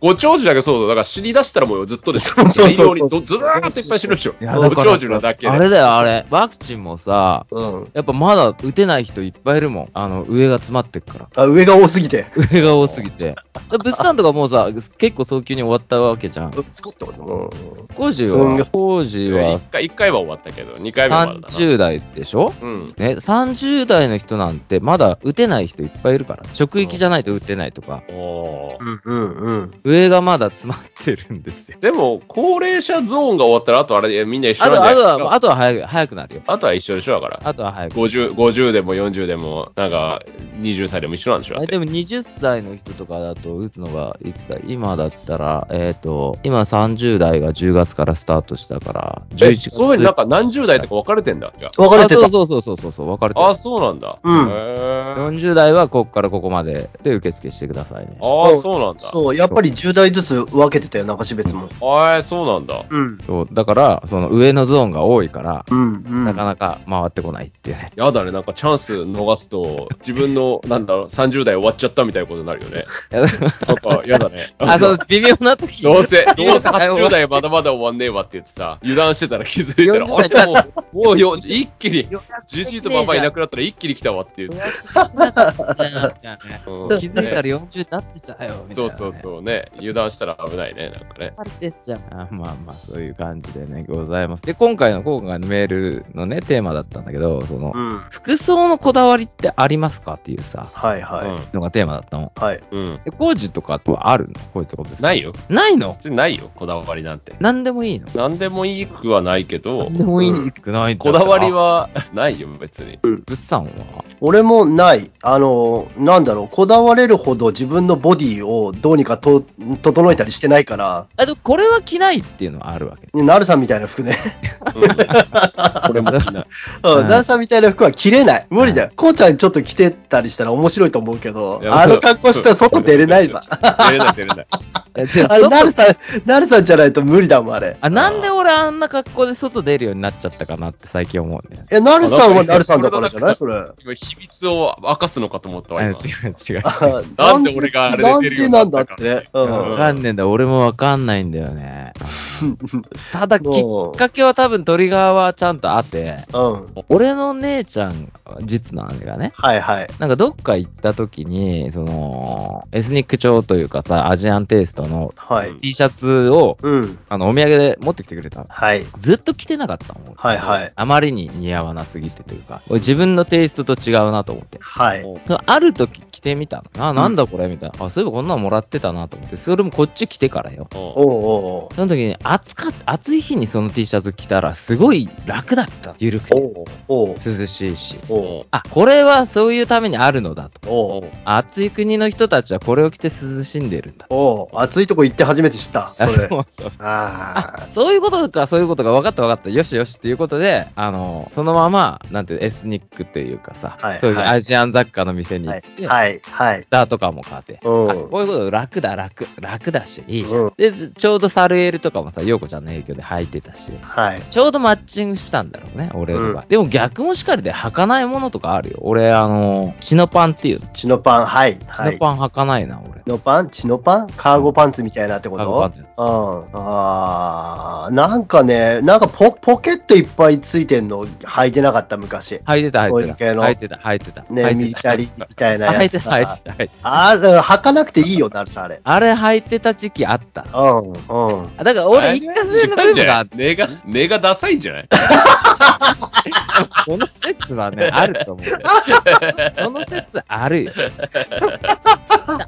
Speaker 2: ご長寿だけどそうだ。だから死に出したらもうずっとで すよ。
Speaker 3: そうそうそう
Speaker 2: 大量にずずらーっといっぱい死ぬでしょ。
Speaker 1: いやだ
Speaker 2: ご
Speaker 1: からさ
Speaker 2: 長寿なだけで。
Speaker 1: あれだよ、あれ。ワクチンもさ、
Speaker 3: うん。
Speaker 1: やっぱまだ打てない人いっぱいいるもん。あの、上が詰まってっから。
Speaker 3: あ、上が多すぎて。
Speaker 1: 上が多すぎて。だ物産とかもうさ、結構早急に終わったわけじゃん。
Speaker 3: スコってことうん。
Speaker 1: 工事
Speaker 3: すんご、
Speaker 1: はい工事は
Speaker 2: 一回、一回は終わったけど、二回目はまだな。
Speaker 1: 30代でしょ
Speaker 2: うん。
Speaker 1: ね、30代の人なんてまだ打てない人いっぱいいるから、職域じゃないと打てないとか、
Speaker 2: おー
Speaker 3: うんうんうん。
Speaker 1: 上がまだ詰まってるんですよ。
Speaker 2: でも、高齢者ゾーンが終わったら、あとあれ、いやみんな一緒
Speaker 1: あ
Speaker 2: なん
Speaker 1: と、
Speaker 2: だ
Speaker 1: あ
Speaker 2: よ
Speaker 1: とは、あとは早く、早くなるよ。
Speaker 2: あとは一緒でしょ、だから。
Speaker 1: あとは早く。
Speaker 2: 50, 50でも40でも、なんか、20歳でも一緒なんでしょだ
Speaker 1: え
Speaker 2: っ
Speaker 1: で
Speaker 2: て。
Speaker 1: も20歳の人とかだと打つのがいつだ今だったら、えっ、と、今30代が10月からスタートしたから、11
Speaker 2: え、
Speaker 1: 月。
Speaker 2: そういうふうになんか何十代とか分かれてんだ。じゃ
Speaker 3: 分かれ
Speaker 1: あ
Speaker 3: て
Speaker 1: そう
Speaker 3: た。
Speaker 1: そうそうそうそうそう、分かれて
Speaker 2: あ、
Speaker 1: る
Speaker 2: あ、そうなんだ。
Speaker 3: うん
Speaker 2: へー
Speaker 1: 40代はここからここまでで受付してくださいね。
Speaker 2: ああ、そうなんだ。
Speaker 3: そう、やっぱり10代ずつ分けてたよ、中標別も。
Speaker 2: ああ、そうなんだ。
Speaker 3: うん。
Speaker 1: そう、だから、その上のゾーンが多いから、
Speaker 3: うんうん。
Speaker 1: なかなか回ってこないって いうね。
Speaker 2: やだね、なんかチャンス逃すと、自分の、なんだろう、30代終わっちゃったみたいなことになるよね。
Speaker 1: いや
Speaker 2: なんか、やだね。
Speaker 1: あ、そう、微妙な時。
Speaker 2: どう せ、どうせ80代まだまだ終わんねえわって言ってさ、油断してたら気づいた
Speaker 1: 40
Speaker 2: ら、あれもう、もうよ一気に、
Speaker 1: 予約
Speaker 2: ジ
Speaker 1: で
Speaker 2: ーシ
Speaker 1: きねえじ
Speaker 2: ー
Speaker 1: ゃん
Speaker 2: とババアいなくなったら一気に来たわっていう。
Speaker 1: 予約できなかったじゃんみたいな
Speaker 2: うん
Speaker 1: 気づいたら
Speaker 2: ね
Speaker 1: 40になってたよ、みたい
Speaker 2: そ
Speaker 1: な。
Speaker 2: うそうそうね。油断したら危ないね、なんかね。
Speaker 1: されてっちゃうあまあまあ、そういう感じでね、ございます。で、今回の、今回のメールのね、テーマだったんだけど、その、
Speaker 3: うん。
Speaker 1: 服装のこだわりってありますかっていうさ、
Speaker 3: はいはい。
Speaker 1: のがテーマだったの。
Speaker 3: はい。
Speaker 2: うん。うん。
Speaker 1: で、工事とかとはあるのこいつことです。
Speaker 2: ない。よ。
Speaker 1: ないの
Speaker 2: 別にないよ、こだわりなんて。
Speaker 1: 何でもいいの
Speaker 2: なんでもいくはないけど、
Speaker 1: でも
Speaker 3: いい
Speaker 1: ないんだ
Speaker 2: こだわり。はないよ、別に。
Speaker 1: 物産は
Speaker 3: 俺もない。あの、なんだろう、こだわれるほど自分のボディをどうにかと整えたりしてないから、
Speaker 1: あ、でもこれは着ないっていうのはあるわけ。
Speaker 3: ナルさんみたいな服ね。
Speaker 2: うん、これも着ない。
Speaker 3: う
Speaker 1: うん
Speaker 3: ん、ナルさんみたいな服は着れない。無理だよ。こうちゃんちょっと着てたりしたら面白いと思うけど
Speaker 2: い、や
Speaker 3: あの格好したら外出れないさ。
Speaker 2: 出れない、出れない。
Speaker 1: いや違う
Speaker 3: あれ、
Speaker 1: 外
Speaker 3: ナルさん、ナルさんじゃないと無理だもん、あれ。
Speaker 1: あ、なんで俺あんな格好で外出るようになっちゃったかなって最近思うね。
Speaker 3: え、ナルさんはナルさんだからじゃないそれ。あ
Speaker 2: 今、秘密を明かすのかと思ったわ、
Speaker 1: あ違う
Speaker 2: 今。
Speaker 1: 違う。
Speaker 2: なんで俺があれで出るようにな
Speaker 3: な
Speaker 2: っ
Speaker 3: んでな
Speaker 2: た
Speaker 3: んだっ
Speaker 2: か
Speaker 3: てね。う
Speaker 1: わ
Speaker 3: ん。
Speaker 1: かんねえんだ、俺もわかんないんだよね。 ただ、きっ
Speaker 3: もう
Speaker 1: かけは多分トリガーはちゃんとあって、
Speaker 3: うん。
Speaker 1: 俺の姉ちゃん、実の姉がね、
Speaker 3: はいはい。
Speaker 1: なんかどっか行った時に、その、エスニック調というかさ、アジアンテイストの
Speaker 3: は
Speaker 2: うん
Speaker 3: い。
Speaker 1: T シャツを、
Speaker 3: うん。
Speaker 1: あの、お土産で持ってきてくれたの。
Speaker 3: はい。
Speaker 1: ずっと着てなかったもん。
Speaker 3: はいはい
Speaker 1: あまりに似合わなすぎてというか、俺自分のテイストと違うなと思って。
Speaker 3: はい。
Speaker 1: ある時着てみたの。あ、なんだこれみたいな。あ、そういえばこんなのもらってたなと思って。それもこっち着てからよ。
Speaker 2: お
Speaker 3: おうおうおう
Speaker 1: その時に暑かっ暑い日にその T シャツ着たらすごい楽だった。ゆるくて。
Speaker 3: おうおう
Speaker 1: 涼しいし。
Speaker 3: おう
Speaker 1: あ、これはそういうためにあるのだと。
Speaker 3: おう
Speaker 1: 暑い国の人たちはこれを着て涼しんでるんだ。
Speaker 3: おう暑いとこ行って初めて知った。
Speaker 1: あ
Speaker 3: そ れ。
Speaker 1: そうそう
Speaker 3: ああ。
Speaker 1: そういうことか、そういうことか、分かった分かった、よしよしっていうことで、あの、そのまま、なんていうエスニックっていうかさ、
Speaker 3: はい
Speaker 1: そういう
Speaker 3: はい
Speaker 1: アジアン雑貨の店に行って、
Speaker 3: はいはい。
Speaker 1: ダーとかも買って、
Speaker 3: うん。
Speaker 1: あこういうこと楽だ楽、楽だし、いいじゃん。
Speaker 3: うん
Speaker 1: で、ずちょうどサルエルとかもさ、陽子ちゃんの影響で履いてたし、
Speaker 3: はい。
Speaker 1: ちょうどマッチングしたんだろうね、俺とか。
Speaker 3: う
Speaker 1: でも逆もしかりで履かないものとかあるよ。俺、あの、チノパンっていうの。
Speaker 3: チノパン、はい。
Speaker 1: チ
Speaker 3: は
Speaker 1: ノ
Speaker 3: い。
Speaker 1: パン履かないな、俺。
Speaker 3: チノパンチノパンカーゴパンツみたいなってこ
Speaker 1: カーゴパン
Speaker 3: と
Speaker 1: ツです
Speaker 3: うん。ああ。なんかね、なんかポポケットいっぱいついてんの履いてなかった昔。
Speaker 1: 履いてた、
Speaker 3: そう
Speaker 1: 履
Speaker 3: い
Speaker 1: いうてた。
Speaker 3: 系の
Speaker 1: 履いてた、履いてた。履
Speaker 3: ね、
Speaker 1: いて
Speaker 3: ミリ
Speaker 1: た
Speaker 3: タリーみたいな
Speaker 1: 履
Speaker 3: や
Speaker 1: いて
Speaker 3: つ
Speaker 1: た、 履い
Speaker 3: さ
Speaker 1: て。た、履いてた。
Speaker 3: あれ、履かなくていいよ、なるさ、あれ。
Speaker 1: あれ履いてた時期あった。
Speaker 3: うん、うん。
Speaker 1: だから俺、一回するの
Speaker 2: 違う
Speaker 1: ル
Speaker 2: んじ
Speaker 1: ー
Speaker 2: ゃ
Speaker 1: があ
Speaker 2: ない
Speaker 1: って、
Speaker 2: 根が、根がダサいんじゃない
Speaker 1: この説は ね、あると思うよ。この説あるよ。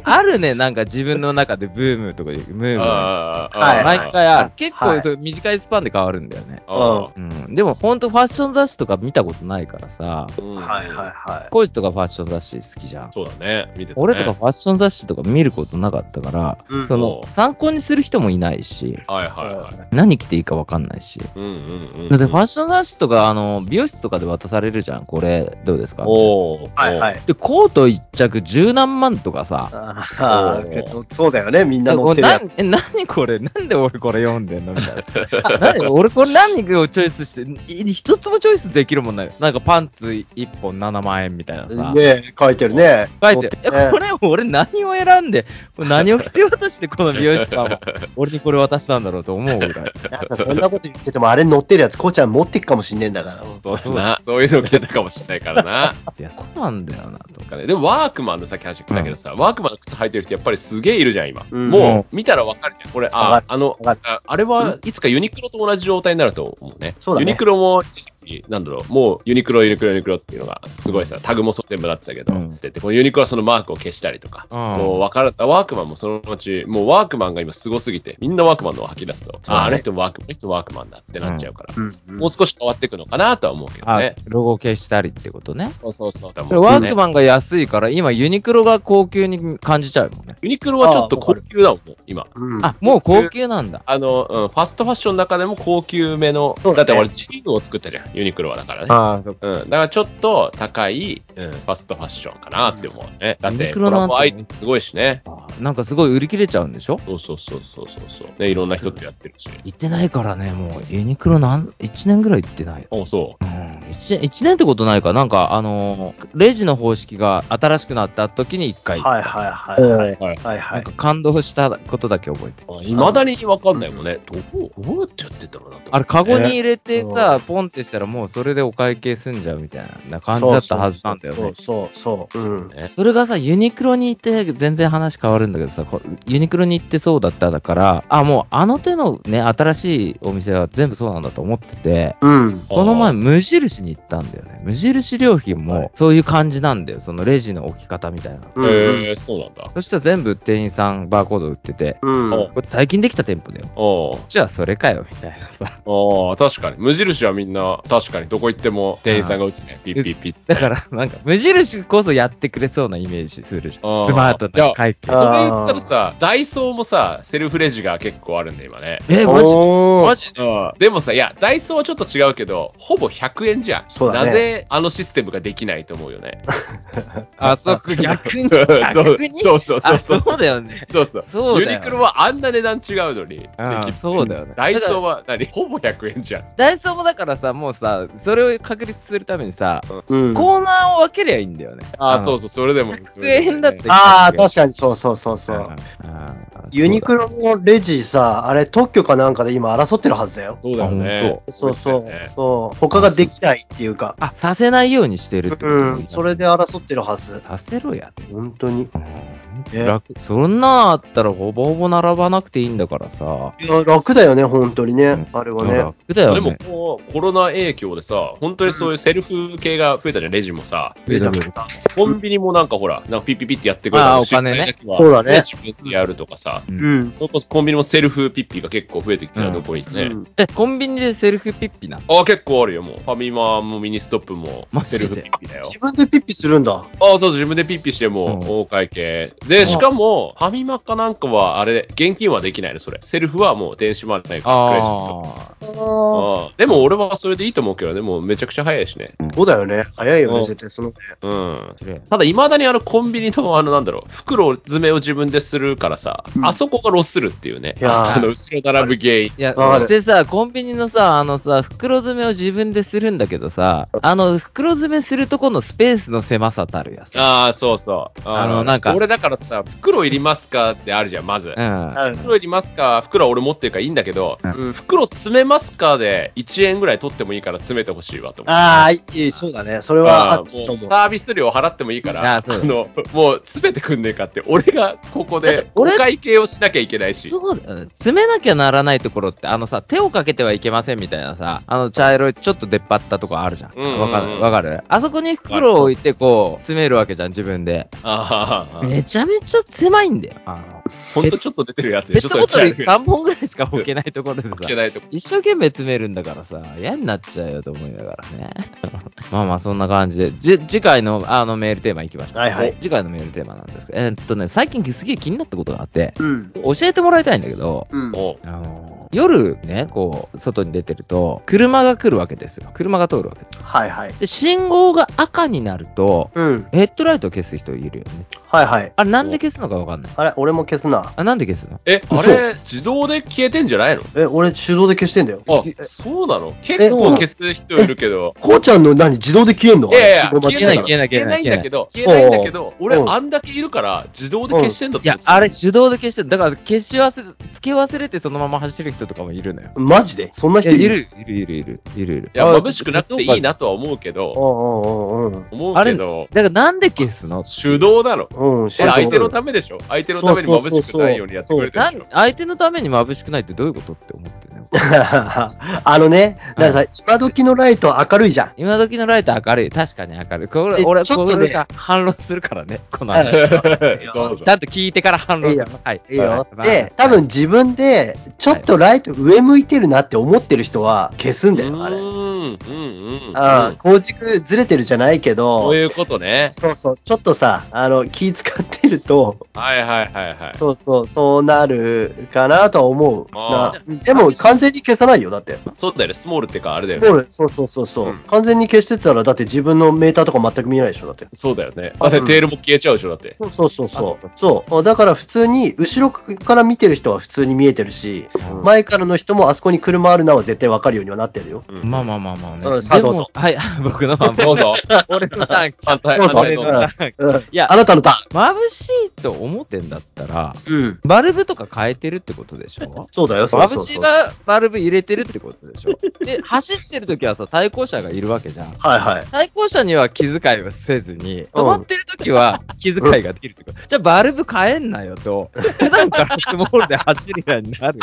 Speaker 1: あるね、なんか自分の中でブームとかで、ムーム。
Speaker 2: ああ、
Speaker 3: はい
Speaker 1: 毎回ある。結
Speaker 3: は
Speaker 1: 構
Speaker 3: い
Speaker 1: そう短いスパンで変わるんだよね。
Speaker 2: あ
Speaker 1: うん。でもほんとファッション雑誌とか見たことないからさ、
Speaker 2: あ、うん
Speaker 3: はいはいは
Speaker 1: コイとかファッション雑誌好きじゃん。
Speaker 2: そうだね。見てたね
Speaker 1: 俺とかファッション雑誌とか見ることなかったから、
Speaker 3: い。うん
Speaker 1: そ
Speaker 2: お
Speaker 1: の
Speaker 2: う
Speaker 1: 参考にする人もいないし、
Speaker 2: はいはいはい。
Speaker 1: 何着ていいかわかんないし。
Speaker 2: うんうんうんうん。
Speaker 1: だってファッション雑誌とか、あの、美容室とかで渡されるじゃん。これ、どうですか
Speaker 2: おお。
Speaker 3: はいはい。
Speaker 1: で、コート一着十何万とかさ。
Speaker 3: あ
Speaker 2: お
Speaker 3: ー
Speaker 2: ー
Speaker 3: けどそうだよね、みんな乗
Speaker 1: こ
Speaker 3: って
Speaker 1: れ
Speaker 3: るや
Speaker 1: な
Speaker 3: つ。
Speaker 1: え、何これなんで俺これ読んでんのみ たいな。何俺これ何をチョイスして、い一つもチョイスできるもんない。なんかパンツ一本7万円みたいなさ。
Speaker 3: ねえ書いてるね。
Speaker 1: 書いてる。え、
Speaker 3: 乗ってね
Speaker 1: これ俺何を選んで、これ何を必要としてこの美容師さ んは俺にこれ渡したんだろうと思うぐらい。
Speaker 3: なんかそんなこと言ってても、あれ乗ってるやつ、こうちゃん持ってくかもしんねえんだから。
Speaker 2: そうだな。そういうの着てたかもしれないからな。
Speaker 1: いや、こうなんだよな、と
Speaker 2: なんかねでもワークマンのさっき話聞いたけどさ、ワークマンの靴履いてる人やっぱりすげえいるじゃん、今。
Speaker 3: うん
Speaker 2: もう見たらわかるじゃん。これ、
Speaker 3: わか
Speaker 2: あ
Speaker 3: る、
Speaker 2: あの
Speaker 3: わかる、
Speaker 2: ああれはいつかユニクロと同じ状態になると思うね。
Speaker 3: そうだね
Speaker 2: ユニクロも、なんだろう、もうユニクロ、ユニクロ、ユニクロっていうのがすごいさ、タグもそう全部なってたけど、
Speaker 1: うん
Speaker 2: ででこのユニクロはそのマークを消したりとか、
Speaker 1: うん
Speaker 2: もうわからワークマンもそのうち、もうワークマンが今すごすぎて、みんなワークマンのを吐き出すと、
Speaker 1: そうだね
Speaker 2: あ、あの人ワークマン、あの人ワークマンだってなっちゃうから、
Speaker 3: うんうん
Speaker 2: もう少し変わっていくのかなとは思うけど
Speaker 1: あ
Speaker 2: ね。、
Speaker 1: ロゴ消したりってことね。
Speaker 2: そうそうそう。
Speaker 1: それワークマンが安いから、今ユニクロが高級に感じちゃうもんね。
Speaker 2: ユニクロはちょっと高級だもん、今。
Speaker 3: うん
Speaker 1: あ、もう高級なんだ。
Speaker 2: あの、うん、ファストファッションの中でも高級めの、
Speaker 3: そう
Speaker 2: だ
Speaker 3: だね
Speaker 2: って俺ジーンズを作ったじゃん、ユニクロはだからね。
Speaker 1: ああ、そっか。
Speaker 2: うん、だからちょっと高い、うん、ファストファッションかなって思うね。だっ
Speaker 1: ユ
Speaker 2: て、
Speaker 1: ニ
Speaker 2: コ
Speaker 1: クロなんて
Speaker 2: ラボアイテムすごいしね。
Speaker 1: なんかすごい売り切れちゃうんでしょ
Speaker 2: そうそうそうそうそうそう。ね、いろんな人とやってるし。
Speaker 1: 行ってないからね、もうユニクロなん、1年ぐらい行ってないよ。
Speaker 2: おそう。
Speaker 1: うん、1, 年ってことないか、なんか、あのーレジの方式が新しくなった時に1回、
Speaker 3: はいはいはいはい。
Speaker 2: はい。
Speaker 3: はいは
Speaker 1: なん
Speaker 3: い
Speaker 1: か。感動したことだけ覚えてる。
Speaker 2: いまだにわかんないもんね。どう、どうやってやってたのだと。
Speaker 1: あれ、カゴに入れて
Speaker 3: う
Speaker 1: さ、ポンってしたら、もうそれでお会計済んじゃうみたいな感じだったはずなんだよね。
Speaker 3: そうそうそう。うん。
Speaker 2: ね。
Speaker 1: それがさ、ユニクロに行って、全然話変わるんだけどさ、こユニクロに行ってそうだっただから、あ、もうあの手のね、新しいお店は全部そうなんだと思ってて、
Speaker 3: うん。
Speaker 1: この
Speaker 2: あ
Speaker 1: 前
Speaker 2: ー
Speaker 1: 無印に行ったんだよね。無印良品もそういう感じなんだよ。そのレジの置き方みたいな。
Speaker 3: うん
Speaker 2: へえー、そうなんだ。
Speaker 1: そしたら全部店員さんバーコード売ってて、
Speaker 3: うん。
Speaker 2: お
Speaker 1: これ最近できた店舗だよ。
Speaker 2: おう
Speaker 1: じゃあそれかよ、みたいなさ。
Speaker 2: ああ、確かに。無印はみんな、確かにどこ行っても店員さんが打つね。ピッピッピッ。
Speaker 1: だから、なんか、無印こそやってくれそうなイメージするじゃ
Speaker 2: あ
Speaker 1: ん。
Speaker 2: ー
Speaker 1: スマートな会計
Speaker 2: そ。れ言ったらさ、ダイソーもさ、セルフレジが結構あるんで、今ね。
Speaker 1: え、マジ
Speaker 3: お
Speaker 1: マ
Speaker 3: ー
Speaker 1: ジ
Speaker 2: うんでもさ、いや、ダイソーはちょっと違うけど、ほぼ100円じゃん。
Speaker 3: そうだね
Speaker 2: なぜあのシステムができないと思うよね。
Speaker 1: あ、そっか、逆に。
Speaker 2: そう
Speaker 1: 逆に
Speaker 2: そうそう そう
Speaker 1: あ、
Speaker 2: そう。
Speaker 1: そうだよね。
Speaker 2: そうそう
Speaker 1: そうだよ
Speaker 2: ユニクロはあんな値段違うのに。
Speaker 1: あ
Speaker 2: で
Speaker 1: あ
Speaker 2: き
Speaker 1: そうだよね
Speaker 2: ダイソー
Speaker 1: ー
Speaker 2: は何ほぼ100円じゃん。
Speaker 1: ダイソーもだからさもうさそれを確立するためにさ、
Speaker 3: うん
Speaker 1: コーナーを分けりゃいいんだよね
Speaker 2: ああ、
Speaker 1: の
Speaker 2: そうそう、それでも。そ
Speaker 1: 100
Speaker 2: れでも
Speaker 1: 円だって
Speaker 3: ああ、確かにそうそうそうそう。ユニク
Speaker 1: ロ
Speaker 3: ロのレジさ、あれ特許かなんかで今争ってるはずだよ。
Speaker 2: そうだよね。
Speaker 3: そうそ
Speaker 2: そう
Speaker 3: う
Speaker 2: だよね。
Speaker 3: そう。他ができないっていうか。
Speaker 1: あさせないようにしてるってこと、
Speaker 3: うん。それで争ってるはず。
Speaker 1: させろやって
Speaker 3: 本当に。え
Speaker 1: 楽そんなんあったらほぼほぼ並ばなくていいんだからさ、
Speaker 3: いや、楽だよね、本当にね。あれはね。
Speaker 1: 楽だよ
Speaker 2: で
Speaker 1: ね
Speaker 2: もこう、コロナ影響でさ、本当にそういうセルフ系が増えたじゃん、レジもさ。
Speaker 3: 出た出た
Speaker 2: コンビニもなんかほら、なんかピッピッピッってやってくれる
Speaker 1: ああ
Speaker 2: 知らない
Speaker 1: お金ね
Speaker 2: 時は
Speaker 3: そうだね
Speaker 2: 自分でやるとかさ。
Speaker 1: うん
Speaker 3: うん。
Speaker 2: それこそコンビニもセルフピッピが結構増えてきた
Speaker 1: う
Speaker 2: ら
Speaker 1: ん
Speaker 2: どこにね。
Speaker 3: うん
Speaker 1: えコンビニでセルフピッピな
Speaker 2: ああ、結構あるよ、もう。ファミマもミニストップも
Speaker 1: マ、ジ
Speaker 2: セ
Speaker 1: で
Speaker 2: ルフピッピだよ。
Speaker 3: 自分でピッピするんだ。
Speaker 2: ああ、そう、自分でピッピしても
Speaker 1: うん
Speaker 2: う、お会計。で、しかも、ファミマかなんかは、あれ、現金はできないの、それ。セルフはもう電子マネーからクレジット
Speaker 1: あ
Speaker 3: あー
Speaker 2: ああでも俺はそれでいいと思うけどね、もうめちゃくちゃ早いしね。
Speaker 3: そうだよね。早いよ
Speaker 2: うん
Speaker 3: ね、絶対その。
Speaker 2: うん。
Speaker 1: ー
Speaker 2: ただ、未だにあの、コンビニの、あの、なんだろう、袋詰めを自分でするからさ、
Speaker 3: うん
Speaker 2: あそこがロスするっていうね。
Speaker 3: いやー
Speaker 2: あの、後ろ並ぶ原因。
Speaker 1: いや、
Speaker 3: わか
Speaker 1: そ
Speaker 3: る
Speaker 1: してさ、コンビニのさ、あのさ、袋詰めを自分でするんだけどさ、あの、袋詰めするとこのスペースの狭さたるやさ。
Speaker 2: ああ、そうそう。
Speaker 1: あのなんか
Speaker 2: 俺だからさ、袋いりますかってあるじゃん、まず。
Speaker 1: うん。
Speaker 3: うん
Speaker 2: 袋いりますか袋は俺持ってるからいいんだけど、
Speaker 1: うん
Speaker 3: うん
Speaker 2: 袋詰めますかで1円ぐらい取ってもいいから詰めてほしいわと思う。
Speaker 3: ああ、いい、そうだね。それはあ
Speaker 2: あ
Speaker 3: っ
Speaker 2: ー
Speaker 3: たと
Speaker 2: もう
Speaker 3: 思う。
Speaker 2: サービス料払ってもいいから、
Speaker 1: あー
Speaker 2: あ
Speaker 1: そうだ
Speaker 2: の、 もう詰めてくんねえかって、俺がここ
Speaker 1: だっ
Speaker 2: で
Speaker 1: て
Speaker 2: お
Speaker 1: 俺
Speaker 2: 会計をしなきゃいけないし。
Speaker 1: そうだよね詰めなきゃならないところって、あのさ、手をかけてはいけませんみたいなさ、あの茶色いちょっと出っ張ったとこあるじゃん。
Speaker 2: うんうんうん
Speaker 1: わかるわかるあそこに袋を置いてこう、詰めるわけじゃん、自分で。
Speaker 2: あー
Speaker 1: めちゃめめちゃ狭いんだよ。あの、
Speaker 2: ほんとちょっと出てるやつ
Speaker 1: ペ
Speaker 2: でしょ、
Speaker 1: ットボトル
Speaker 2: それ。
Speaker 1: 3本ぐらいしか置けないところでさ
Speaker 2: い、けないとこ。
Speaker 1: 一生懸命詰めるんだからさ、嫌になっちゃうよと思いながらね。 まあまあ、そんな感じで、じ次回のあのメールテーマいきましょう。
Speaker 3: はいはい
Speaker 1: 次回のメールテーマなんですけど、えーっとね、最近すげえ気になったことがあって、
Speaker 3: うん。
Speaker 1: 教えてもらいたいんだけど、
Speaker 3: うん。
Speaker 2: おう
Speaker 1: あの夜ね、こう、外に出てると、車が来るわけですよ。車が通るわけで
Speaker 3: はいはい。
Speaker 1: す。で、信号が赤になると、
Speaker 3: うん。
Speaker 1: ヘッドライトを消す人いるよね。
Speaker 3: はいはい。
Speaker 1: あれ、なんで消すのかわかんない。
Speaker 3: あれ、俺も消すな。
Speaker 1: あ、なんで消すの
Speaker 2: え、あ
Speaker 3: 嘘
Speaker 2: れ、自動で消えてんじゃないの
Speaker 3: え、俺手動で消してんだよ。
Speaker 2: あ
Speaker 3: え、
Speaker 2: そうなの結構消す人いるけど。
Speaker 3: こうちゃんの何自動で消えんの
Speaker 2: いやいや
Speaker 3: あれ信号待ち
Speaker 1: 消えない、
Speaker 3: だか
Speaker 1: 消えない、消えな
Speaker 2: 消えな
Speaker 1: いい。
Speaker 2: んだけ
Speaker 1: ど。
Speaker 2: ど、消えないんだけど、俺
Speaker 3: うん
Speaker 2: あんだけいるから、自動で消してんだっ
Speaker 1: い
Speaker 2: て
Speaker 1: や、あれ手動で消してる。だから消し忘れ、付け忘れてそのまま走る人とかもいるのよ。
Speaker 3: らマジでそんない人
Speaker 1: や、い
Speaker 3: いる
Speaker 1: る、いる、いる、いる、いる、いる。
Speaker 2: いや、眩しくなくていいなとは思うけ
Speaker 3: う
Speaker 2: ど、
Speaker 3: んうんうんうん。
Speaker 2: 思う
Speaker 1: あ
Speaker 2: け
Speaker 1: れ
Speaker 2: ど、
Speaker 1: だからなんで消すの
Speaker 2: 手動なの。
Speaker 3: うん、
Speaker 2: え相手の
Speaker 3: た
Speaker 2: ためでしょ相手のために眩しくないようにやってくれてる
Speaker 1: な
Speaker 2: でし
Speaker 1: ん
Speaker 2: ょ
Speaker 1: 相手のために眩しくないってどういうことって思ってるの
Speaker 3: あのね、だからさ、今時のライト明るいじゃん。
Speaker 1: 今時のライト明るい。確かに明るい。これ、
Speaker 3: え
Speaker 1: 俺、
Speaker 3: ちょっ
Speaker 1: こと
Speaker 3: ね
Speaker 1: れが反論するからね。この
Speaker 3: はい
Speaker 1: 話。
Speaker 3: い
Speaker 2: どうぞ
Speaker 1: ち。ゃんと聞いてから反論する
Speaker 3: いいよ。
Speaker 1: はい。
Speaker 3: いいよ。
Speaker 1: はい
Speaker 3: で、多分、自分で、ちょっとライト上向いてるなって思ってる人は消すんだよ、あれ
Speaker 2: う。ーん、うん、うん。
Speaker 3: ああ、構築ずれてるじゃないけ
Speaker 2: そう
Speaker 3: ど、
Speaker 2: いうことね。
Speaker 3: そうそう、ちょっとさ、あの、気使ってると、
Speaker 2: はいはいはいはい。
Speaker 3: そうそう、そうなるかなとは思う。
Speaker 2: ああ
Speaker 3: なでも、完全に消さないよ、だって。
Speaker 2: そうだよね、スモールってか、あれだ
Speaker 3: ス
Speaker 2: よ
Speaker 3: モ
Speaker 2: ね。
Speaker 3: ール、そうそうそうそう、
Speaker 2: うん
Speaker 3: 完全に消してたら、だって自分のメーターとか全く見えないでしょ、だって。
Speaker 2: そうだよね。だってテールも消えちゃうでしょ、だって。
Speaker 3: そうそうそうそ
Speaker 1: あ
Speaker 3: う。そう。だから普通に、後ろから見てる人は普通に見えてるし、
Speaker 1: うん
Speaker 3: 前からの人もあそこに車あるなは絶対わかるようにはなってるよ。
Speaker 2: うん
Speaker 1: まあまあまあまあね。
Speaker 3: うんさあどうぞ
Speaker 1: でもはい、 僕の反
Speaker 2: ど
Speaker 1: 論。
Speaker 2: う ぞ。
Speaker 1: 俺のターン。
Speaker 2: 反対、
Speaker 3: どうぞ
Speaker 2: 反対どうぞ。
Speaker 3: うん。
Speaker 1: いや
Speaker 3: あなたのタ
Speaker 1: 眩しいと思ってんだったら、
Speaker 3: ーン。うん。
Speaker 1: バルブとか変えてるってことでしょ
Speaker 3: そうだよ、そう
Speaker 1: 眩
Speaker 3: そう
Speaker 1: し
Speaker 3: そ。
Speaker 1: いう
Speaker 3: はい
Speaker 1: がバルブ入れてるってことでし ょで、走ってる時はさ、対向車がいるわけじゃん。
Speaker 3: はい。
Speaker 1: 対向車には気遣いはせずに、止まってる時は気遣いができるってこと。 じゃあバルブ変えんなよと、普段からスモールで走るようになる。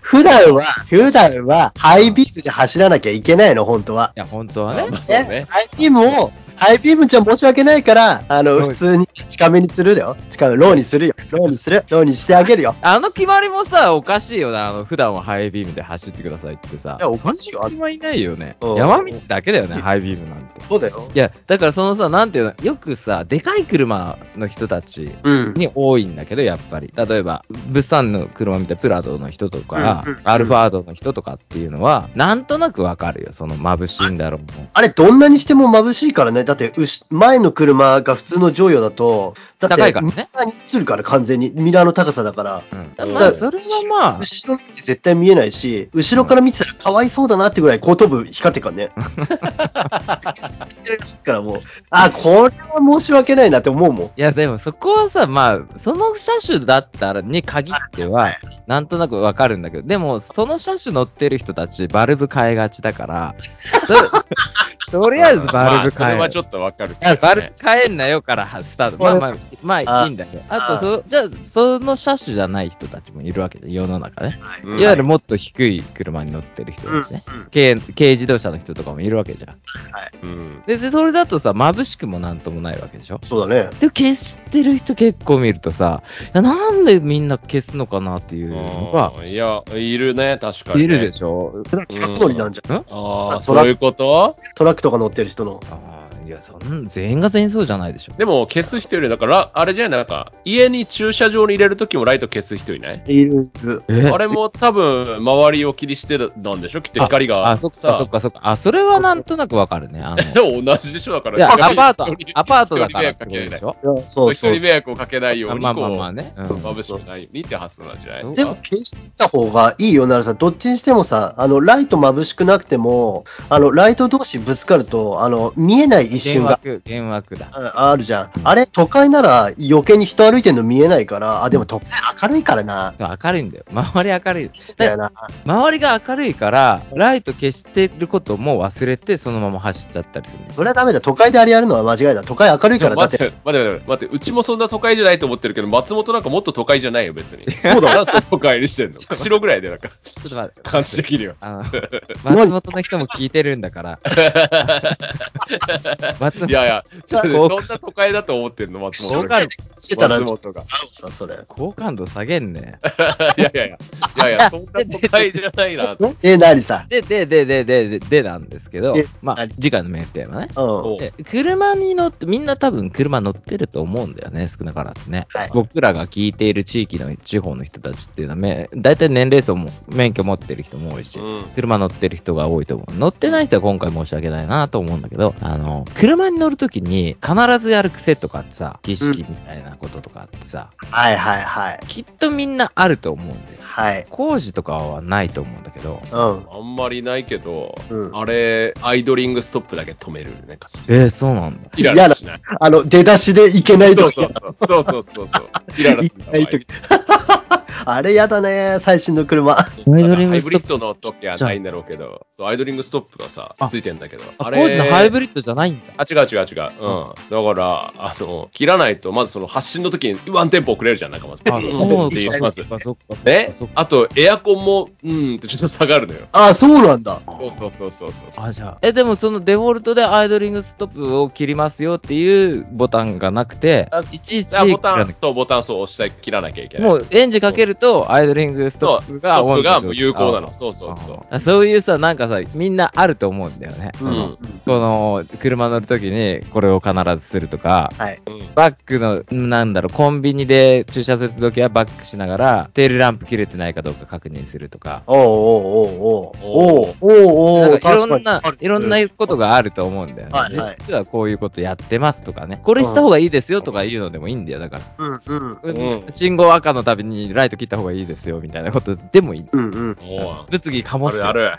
Speaker 3: 普段は、普段は、ハイビームで走らなきゃいけないの、本当は。
Speaker 1: いや、本当は
Speaker 2: まあ
Speaker 1: ね
Speaker 2: ま。あそう
Speaker 3: え
Speaker 2: ね。
Speaker 3: ハイビームを、ハイビームじゃ申し訳ないから、あの、
Speaker 1: そう
Speaker 3: 普
Speaker 1: です
Speaker 3: 通に近めにするよ。近め、ローにするよ。ローにする。ローにしてあげるよ。
Speaker 1: あの決まりもさ、おかしいよな。あの、普段はハイビームで走ってくださいってさ。
Speaker 3: いやおかしいよ
Speaker 1: そんな人はいないよね。
Speaker 3: うん
Speaker 1: 山道だけだよね、ハイビームなんて。
Speaker 3: そうだよ。
Speaker 1: いや、だからそのさ、なんていうの、よくさ、でかい車の人たち
Speaker 3: うん。
Speaker 1: に多いんだけど、やっぱり。例えば、物産の車みたいなプラドの人とか、
Speaker 3: うんうんうん
Speaker 1: アルファードの人とかっていうのは、なんとなくわかるよ。その眩しいんだろうもん。
Speaker 3: あれ、どんなにしても眩しいからね。だって、うし前の車が普通の乗用だと、だって、
Speaker 1: 高いからね
Speaker 3: ミラーに映るから、完全に。ミラーの高さだから。
Speaker 1: うん、だからそれはまあ、
Speaker 3: 後ろ見て絶対見えないし、後ろから見てたらかわいそうだなってぐらい後頭部光ってっか らね。からもう、あ、これは申し訳ないなって思うもん。
Speaker 1: いやでもそこはさ、まあ、その車種だったらに限っては、なんとなくわかるんだけど、でも、その車種乗ってる人たち、バルブ変えがちだから、と とりあえずバ
Speaker 2: ま
Speaker 1: ルブ
Speaker 2: あ、それ
Speaker 1: 変え
Speaker 2: は
Speaker 1: る
Speaker 2: ちょっとわかるけどね。
Speaker 1: バルブ変えんなよからスタート。まあまあ、まあいいんだけど。
Speaker 3: あ
Speaker 1: あとそ、じゃあ、その車種じゃない人たちもいるわけで、世の中ね。
Speaker 3: はい
Speaker 2: うん
Speaker 1: いわゆるもっと低い車に乗ってる人ですね。軽軽自動車の人とかもいるわけじゃん。
Speaker 2: うん。
Speaker 1: で、でそれだとさ、眩しくもなんともないわけでしょ
Speaker 3: そうだね。
Speaker 1: で、消してる人結構見るとさ、いやなんでみんな消すのかなっていうのが、
Speaker 2: うんいや、いるね、確かにね。
Speaker 1: いるでしょ
Speaker 3: トラック乗りなんじゃん。
Speaker 2: ああ、
Speaker 3: ト
Speaker 2: そ
Speaker 3: ラ
Speaker 2: ういうこと
Speaker 3: トラックとか乗ってる人の。
Speaker 1: あーいや、そん全員が全員そうじゃないでしょ。
Speaker 2: でも、消す人より、だから、あれじゃないなんか、家に駐車場に入れるときもライト消す人いない
Speaker 3: いる。
Speaker 1: え
Speaker 2: あれも多分、周りを気にしてたんでしょきっと光が。
Speaker 1: あ、そっかそっかそっか。あ、それはなんとなくわかるね。あの、
Speaker 2: で も同じでしょだから。
Speaker 1: いや、
Speaker 2: 光
Speaker 1: アパート
Speaker 2: 人に、
Speaker 1: アパートだからって
Speaker 2: 人に
Speaker 1: こ
Speaker 2: 迷惑
Speaker 1: と
Speaker 2: かけな
Speaker 1: で
Speaker 2: い
Speaker 1: しょ
Speaker 3: そうそう
Speaker 2: 人
Speaker 3: そう
Speaker 2: に。迷惑をかけないよう
Speaker 1: あ
Speaker 2: に、
Speaker 1: まあまあ
Speaker 2: こ
Speaker 1: まあ
Speaker 2: う、
Speaker 1: ね。
Speaker 2: 眩しくないようにって発想なんじゃないです
Speaker 3: で
Speaker 2: か
Speaker 3: も。消した方がいいよならさ、どっちにしてもさ、あの、ライト眩しくなくても、あの、ライト同士ぶつかると、あの、見えない
Speaker 1: 幻
Speaker 3: 一瞬が
Speaker 1: 惑、幻惑だ。
Speaker 3: うんあるじゃん。あれ、都会なら余計に人歩いてんの見えないから、あ、でも都会明るいからな。
Speaker 1: そう明るいんだよ。周り明るい。
Speaker 3: だよな。
Speaker 1: 周りが明るいから、ライト消してることも忘れて、そのまま走っちゃったりするんだよ
Speaker 3: それはダメだ。都会であれやるのは間違いだ。都会 明るい
Speaker 2: で
Speaker 3: か
Speaker 2: も
Speaker 3: ら、だっ。
Speaker 2: 待ってて、待って、待って、待って、うちもそんな都会じゃないと思ってるけど、松本なんかもっと都会じゃないよ、別に。そうだな、そう都会にしてんの。釧路ぐらいで、なんか、
Speaker 1: ちょっと待って。
Speaker 2: 感じ的には。
Speaker 1: あの、松本の人も聞いてるんだから。松
Speaker 2: いやいや、ちょっとね
Speaker 1: こう
Speaker 2: そんな都会だと思ってんの、松本
Speaker 1: そうな
Speaker 2: が。
Speaker 1: る
Speaker 2: い
Speaker 3: してたら、
Speaker 2: 松本が
Speaker 3: さ、それ。
Speaker 1: 好感度下げんね。
Speaker 2: やいやいや、いやいや、そんな都会じゃないなと。
Speaker 3: え、なにさ。
Speaker 1: で、で、で、で、で、で、でなんですけど
Speaker 3: え、
Speaker 1: まあ
Speaker 3: はい、
Speaker 1: 次回のメインテーマね。
Speaker 3: うん。
Speaker 2: そう
Speaker 1: え車に乗って、みんな多分車乗ってると思うんだよね、少なからずね。
Speaker 3: はい
Speaker 1: 僕らが聞いている地域の地方の人たちっていうのはめ、大体年齢層も免許持ってる人も多いし、
Speaker 2: うん
Speaker 1: 車乗ってる人が多いと思う。乗ってない人は今回申し訳ないなと思うんだけど、あの、車に乗るときに必ずやる癖とかってさ、儀式みたいなこととかってさ、
Speaker 3: はいはいはい。
Speaker 1: きっとみんなあると思うんだよ。
Speaker 3: はい。
Speaker 1: 工事とかはないと思うんだけど、
Speaker 3: うん。
Speaker 2: あんまりないけど、
Speaker 3: うん
Speaker 2: あれ、アイドリングストップだけ止める。なんか、
Speaker 1: えー、そうなんだ。
Speaker 2: イライラしない。
Speaker 3: あの、出だしでいけない
Speaker 2: そ
Speaker 3: と
Speaker 2: う
Speaker 3: き
Speaker 2: そうそう。そうそうそうそう。イライラする の
Speaker 3: いけない時 あれやだね、最新の車。
Speaker 1: アイドリン
Speaker 2: ハ
Speaker 1: グ
Speaker 2: イ
Speaker 1: ス
Speaker 2: ブ
Speaker 1: トッ
Speaker 2: リッ
Speaker 1: プ。
Speaker 2: ドの時はないんだろうけど、そうアイドリングストップがさ
Speaker 1: あ、
Speaker 2: ついてんだけど、
Speaker 1: あ
Speaker 2: あ
Speaker 1: 工事のハイ
Speaker 2: れ、
Speaker 1: ブリッドじゃないんだ。
Speaker 2: あ、違う違う違う。うん。だから、あの、切らないと、まずその発信の時にワンテンポ遅れるじゃん、なんかまず。
Speaker 1: あ、
Speaker 2: うん
Speaker 1: そう
Speaker 2: って
Speaker 1: で
Speaker 2: 言い
Speaker 1: す
Speaker 2: ます。
Speaker 1: か。そっか、そっか。
Speaker 2: え
Speaker 1: そっか
Speaker 2: あと、エアコンも、うんってちょっと下がるのよ。
Speaker 3: あ、そうなんだ。
Speaker 2: そうそうそうそうそう。
Speaker 1: あ、じゃあ。え、でもそのデフォルトでアイドリングストップを切りますよっていうボタンがなくて、いちいち
Speaker 2: あボタ
Speaker 1: 切らな
Speaker 2: ン
Speaker 1: き
Speaker 2: とボタンそう押して切らなきゃいけ
Speaker 1: ゃ
Speaker 2: ない。
Speaker 1: もうエンジンかけるとアイドリングス
Speaker 2: そ
Speaker 1: ト
Speaker 2: う、
Speaker 1: ッ
Speaker 2: ス
Speaker 1: プ
Speaker 2: ト
Speaker 1: が
Speaker 2: ップが
Speaker 1: オン
Speaker 2: もう有効なの。
Speaker 1: あ
Speaker 2: そうそうそう。
Speaker 1: あそういうさ、なんかさ、みんなあると思うんだよね。
Speaker 3: う
Speaker 2: うん
Speaker 3: ん。
Speaker 1: この、車乗るときにこれを必ずするとか、
Speaker 3: はい。
Speaker 2: うん
Speaker 1: バックの、なんだろう、コンビニで駐車するときはバックしながら、テールランプ切れてないかどうか確認するとか、
Speaker 3: おうおうおうおう。おうおう
Speaker 1: な
Speaker 3: お
Speaker 1: ん
Speaker 3: う
Speaker 1: かいろん
Speaker 3: 確
Speaker 1: な
Speaker 3: かに。、
Speaker 1: いろんなことがあると思うんだよね。
Speaker 3: はいはい
Speaker 1: 実はこういうことやってますとかね。これした方がいいですよとか言うのでもいいんだよ。だから、
Speaker 3: うんうん。
Speaker 2: うん
Speaker 1: 信号赤のたびにライト切った方がいいですよみたいなことでもいい。
Speaker 3: うんうん。
Speaker 2: おう
Speaker 1: 物議かも
Speaker 2: あ
Speaker 1: し
Speaker 2: るある。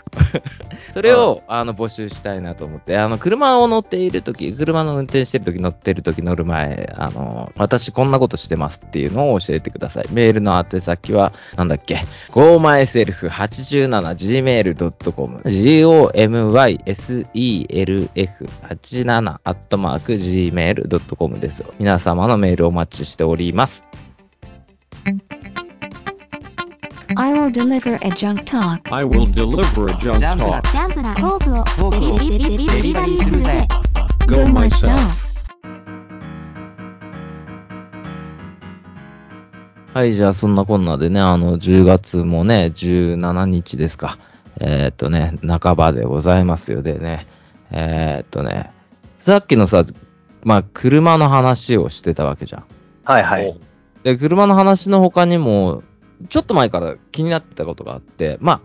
Speaker 1: それをあの募集したいなと思って、あの車を乗っているとき、車の運転してるとき、乗ってるとき、乗る前、あの私こんなことしてますっていうのを教えてください。メールの宛先は、なんだっけ、gomyself87gmail.com、gomyself87-gmail.com です。皆様のメールをお待ちしております。
Speaker 4: I will deliver a junk talk.
Speaker 5: I will deliver a junk talk.
Speaker 4: ジャンプなトークを
Speaker 6: トークを
Speaker 4: デリリリリリ
Speaker 6: デリバリーするぜ
Speaker 5: Go
Speaker 4: Go
Speaker 5: myself.
Speaker 4: myself.
Speaker 1: はい、じゃあそんなこんなでね、あの、10月もね、17日ですか。えーっとね、半ばでございますよでね。えーっとね、さっきのさ、まあ、車の話をしてたわけじゃん。
Speaker 3: はいは
Speaker 2: お
Speaker 3: い。
Speaker 2: う。
Speaker 1: で、車の話の他にも、ちょっと前から気になってたことがあって、ま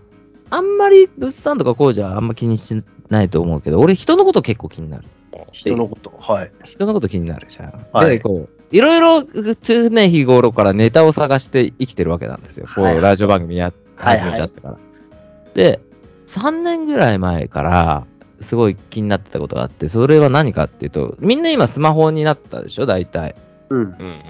Speaker 1: あ、あんまり物産とか工事はあんま気にしないと思うけど、俺人のこと結構気になる。
Speaker 3: 人のこと。はい。
Speaker 1: 人のこと気になるじゃん。
Speaker 3: はい
Speaker 1: で、こう、いろいろ常日頃からネタを探して生きてるわけなんですよ。こう、
Speaker 3: はいはい
Speaker 1: ラジオ番組や
Speaker 3: はい
Speaker 1: 始
Speaker 3: はい
Speaker 1: めちゃってから。で、3年ぐらい前から、すごい気になってたことがあって、それは何かっていうと、みんな今スマホになったでしょ、大体。
Speaker 3: うん。
Speaker 2: うんうん。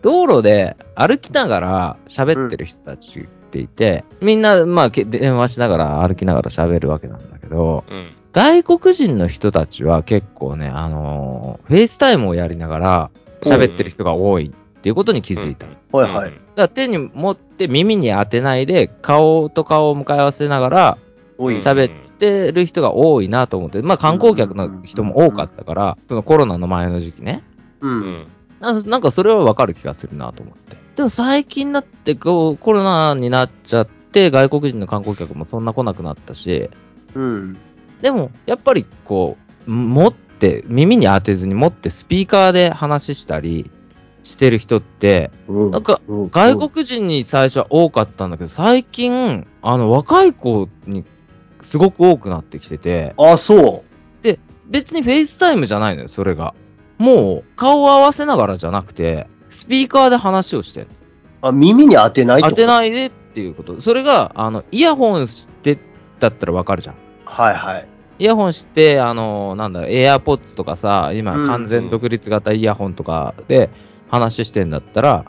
Speaker 1: 道路で歩きながら喋ってる人たちっていて、みんな、まあ、け電話しながら歩きながら喋るわけなんだけど、
Speaker 2: うん。
Speaker 1: 外国人の人たちは結構ね、あのーフェイスタイムをやりながら喋ってる人が多いっていうことに気づいた。だか
Speaker 3: はいはい。
Speaker 1: ら手に持って耳に当てないで顔と顔を向かい合わせながら
Speaker 3: おい。
Speaker 1: 喋ってる人が多いなと思って、まあ観光客の人も多かったから、そのコロナの前の時期ね。
Speaker 3: う。
Speaker 2: うんん。
Speaker 1: ななんかそれはわかる気がするなと思って。でも最近になってこうコロナになっちゃって外国人の観光客もそんな来なくなったし、
Speaker 3: うん。
Speaker 1: でも、やっぱりこう、持って、耳に当てずに持ってスピーカーで話したりしてる人って、
Speaker 3: う
Speaker 1: なんか、
Speaker 3: う
Speaker 1: 外国人に最初は多かったんだけど、最近、あの、若い子にすごく多くなってきてて、
Speaker 3: あ、そう。
Speaker 1: 別にフェイスタイムじゃないのよ、それが。もう、顔を合わせながらじゃなくて、スピーカーで話をしてる。
Speaker 3: あ、耳に当てないってこ
Speaker 1: 当
Speaker 3: と
Speaker 1: てないでっていうこと。それが、あの、イヤホンしてだったらわかるじゃん。
Speaker 3: はいはい。
Speaker 1: イヤホンして、あの、なんだろう、AirPods とかさ、今
Speaker 3: うん
Speaker 1: 完全独立型イヤホンとかで話してんだったら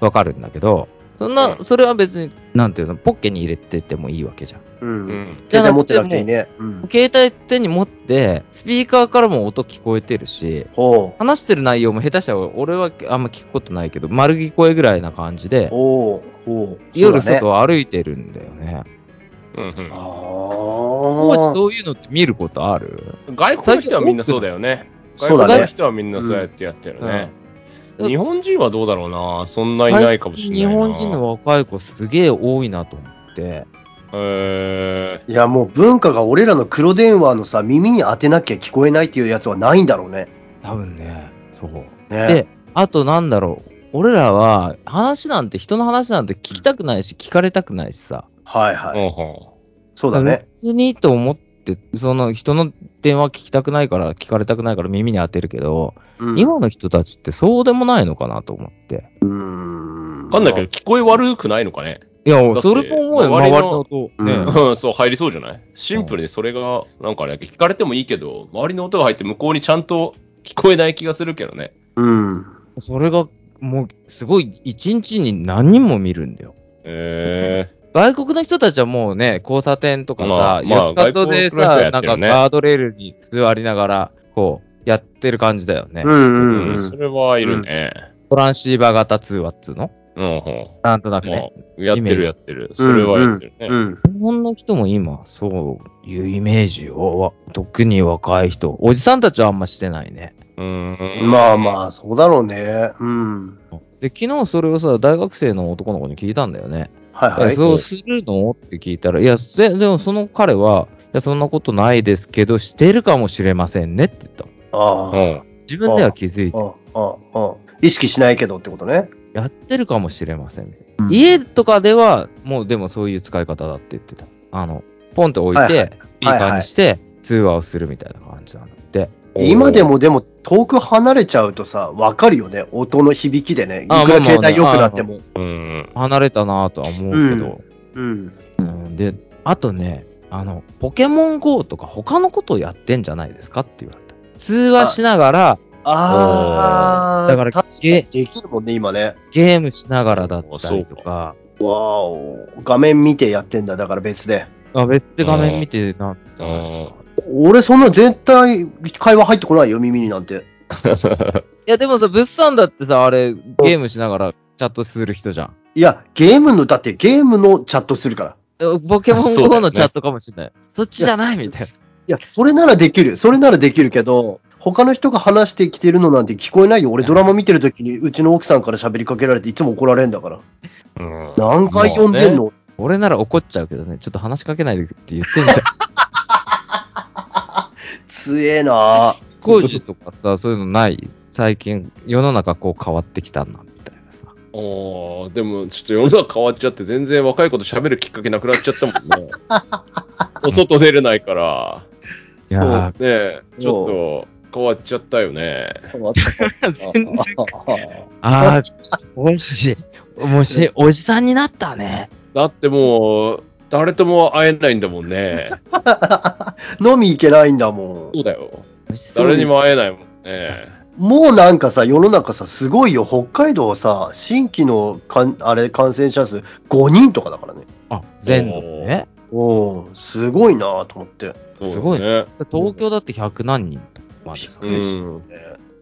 Speaker 1: わかるんだけど、そんな、それは別に、なんていうの、ポッケに入れててもいいわけじゃん。
Speaker 3: う。
Speaker 2: うんん。
Speaker 3: 携帯持ってなくていいね。うん。
Speaker 1: 携帯手に持って、スピーカーからも音聞こえてるし、
Speaker 3: ほう。
Speaker 1: 話してる内容も下手したら俺はあんま聞くことないけど、丸聞こえぐらいな感じで、
Speaker 3: おうおう。
Speaker 1: 夜
Speaker 3: そうだね
Speaker 1: 外を歩いてるんだよね。
Speaker 2: うん
Speaker 3: あ
Speaker 1: 当時
Speaker 3: あ。
Speaker 1: そういうのって見ることある
Speaker 2: 外国の人はみんなそうだよね。
Speaker 3: そう
Speaker 2: 外国
Speaker 3: だ
Speaker 2: の
Speaker 3: ね。
Speaker 2: 人はみんなそうやってやってる
Speaker 1: う
Speaker 2: ね。
Speaker 1: んうん
Speaker 2: 日本人はどうだろうな。そんないないかもしれないな。
Speaker 1: 日本人の若い子すげえ多いなと思って。
Speaker 2: え
Speaker 3: いや、もう文化が俺らの黒電話のさ、耳に当てなきゃ聞こえないっていうやつはないんだろうね。
Speaker 1: 多分ね。そう。
Speaker 3: ね
Speaker 1: で、あとなんだろう。俺らは話なんて、人の話なんて聞きたくないし、聞かれたくないしさ。
Speaker 3: は
Speaker 2: ー
Speaker 3: いはい。
Speaker 2: ほうほ
Speaker 3: そうだね。
Speaker 1: 別にと思って、その人の電話聞きたくないから、聞かれたくないから耳に当てるけど、
Speaker 3: うん
Speaker 1: 今の人たちってそうでもないのかなと思って。
Speaker 3: うーん。
Speaker 2: うわかんないけど、聞こえ悪くないのかね。
Speaker 1: いや、
Speaker 2: って
Speaker 1: それも思うよ、周
Speaker 2: 周り
Speaker 1: り
Speaker 2: の
Speaker 1: の音。ね、
Speaker 3: うん
Speaker 2: うん、そう、入りそうじゃないシンプルにそれが、なんかあれだけど聞かれてもいいけど、周りの音が入って向こうにちゃんと聞こえない気がするけどね。
Speaker 3: うん。
Speaker 1: それが、もう、すごい、一日に何人も見るんだよ。
Speaker 2: え
Speaker 1: 外国の人たちはもうね、交差点とかさ、
Speaker 2: まあまあ
Speaker 1: 浴衣で
Speaker 2: 外
Speaker 1: さ、
Speaker 2: 国の人はや
Speaker 1: な
Speaker 2: っ
Speaker 1: ん
Speaker 2: て
Speaker 1: か
Speaker 2: るね
Speaker 1: ガードレールに座りながら、こう、やってる感じだよね。
Speaker 3: う
Speaker 2: ー
Speaker 3: んうん
Speaker 2: う、
Speaker 3: うんん
Speaker 2: そ。れはいるね。
Speaker 1: トランシーバー型通話っつうの
Speaker 2: うん、ほ
Speaker 1: なんとな
Speaker 2: う
Speaker 1: くね。
Speaker 2: まあやって
Speaker 1: イメージ
Speaker 2: るやってる。それはやってるね。
Speaker 3: うん。
Speaker 1: 日本の人も今、そういうイメージを、特に若い人、おじさんたちはあんましてないね。
Speaker 2: うん
Speaker 3: まあまあ、そうだろうね。うん。
Speaker 1: で、昨日それをさ、大学生の男の子に聞いたんだよね。
Speaker 3: はいはい。
Speaker 1: そうするのって聞いたら、いや、ででもその彼は、いや、そんなことないですけど、してるかもしれませんねって言ったの。
Speaker 3: あ
Speaker 2: う
Speaker 3: あ
Speaker 2: ん。
Speaker 1: 自分では気づいて
Speaker 3: ああ、ああ、意識しないけどってことね。
Speaker 1: やってるかもしれませんみたいな。
Speaker 3: うん
Speaker 1: 家とかでは、もうでもそういう使い方だって言ってた。あの、ポンって置い
Speaker 3: はいはい
Speaker 1: て、スピーカーにして、通話をするみたいな感じなんだって。
Speaker 3: 今でもでも遠く離れちゃうとさ、わかるよね。音の響きでね。いく
Speaker 1: あ
Speaker 3: ら
Speaker 1: まあまあ
Speaker 3: 携帯良くなっても。
Speaker 2: うん。
Speaker 1: 離れたなぁとは思うけど、
Speaker 3: うん。
Speaker 1: うんで、あとね、あの、ポケモン GO とか他のことをやってんじゃないですかって言われた。通話しながら、
Speaker 3: ああ、
Speaker 1: だから
Speaker 3: 確かにできるもんね、今ね。
Speaker 1: ゲームしながらだったりとか、
Speaker 3: わお。画面見てやってんだ、だから別で。
Speaker 1: あ別で画面見てなんじゃないですか。
Speaker 3: 俺そんな絶対会話入ってこないよ、耳になんて。
Speaker 1: いやでもさ、物産だってさ、あれ、ゲームしながらチャットする人じゃん。
Speaker 3: いや、ゲームの、だってゲームのチャットするから。
Speaker 1: えポケモン
Speaker 2: そ
Speaker 1: GO
Speaker 2: うだよね
Speaker 1: のチャットかもしれない。そっちじゃないみたい
Speaker 3: いや、それならできる。それならできるけど、他の人が話してきてるのなんて聞こえないよ。俺ドラマ見てる時にうちの奥さんから喋りかけられていつも怒られんだから。
Speaker 2: うん
Speaker 3: 何回呼んでんの、
Speaker 1: な。俺なら怒っちゃうけどね、ちょっと話しかけないでって言 ってんじゃん。
Speaker 3: 強えな
Speaker 1: 工事とかさ、そういうのない最近、世の中こう変わってきたな、みたいなさ。
Speaker 2: おーでもちょっと世の中変わっちゃって全然若い子と喋るきっかけなくなっちゃったもんね。お外出れないから。
Speaker 1: いや
Speaker 2: ねえ、ちょっと変わっちゃったよね。
Speaker 1: ー、全然。
Speaker 3: そ
Speaker 1: あー、おいしい。もし、 おじさんになったね。
Speaker 2: だってもう、誰とも会えないんだもんね。
Speaker 3: う。 飲み行けないんだもん
Speaker 2: そ。うだよ。
Speaker 1: おじさん
Speaker 2: 誰にも会えないもんね。
Speaker 3: もうなんかさ、世の中さ、すごいよ。北海道さ、新規のかんあれ感染者数5人とかだからね。
Speaker 1: あ、全土でね。
Speaker 3: おお、すごいなと思って。
Speaker 2: そうだよね
Speaker 1: すごい東京だって100何人とかまでさ
Speaker 3: びっくりしたよね。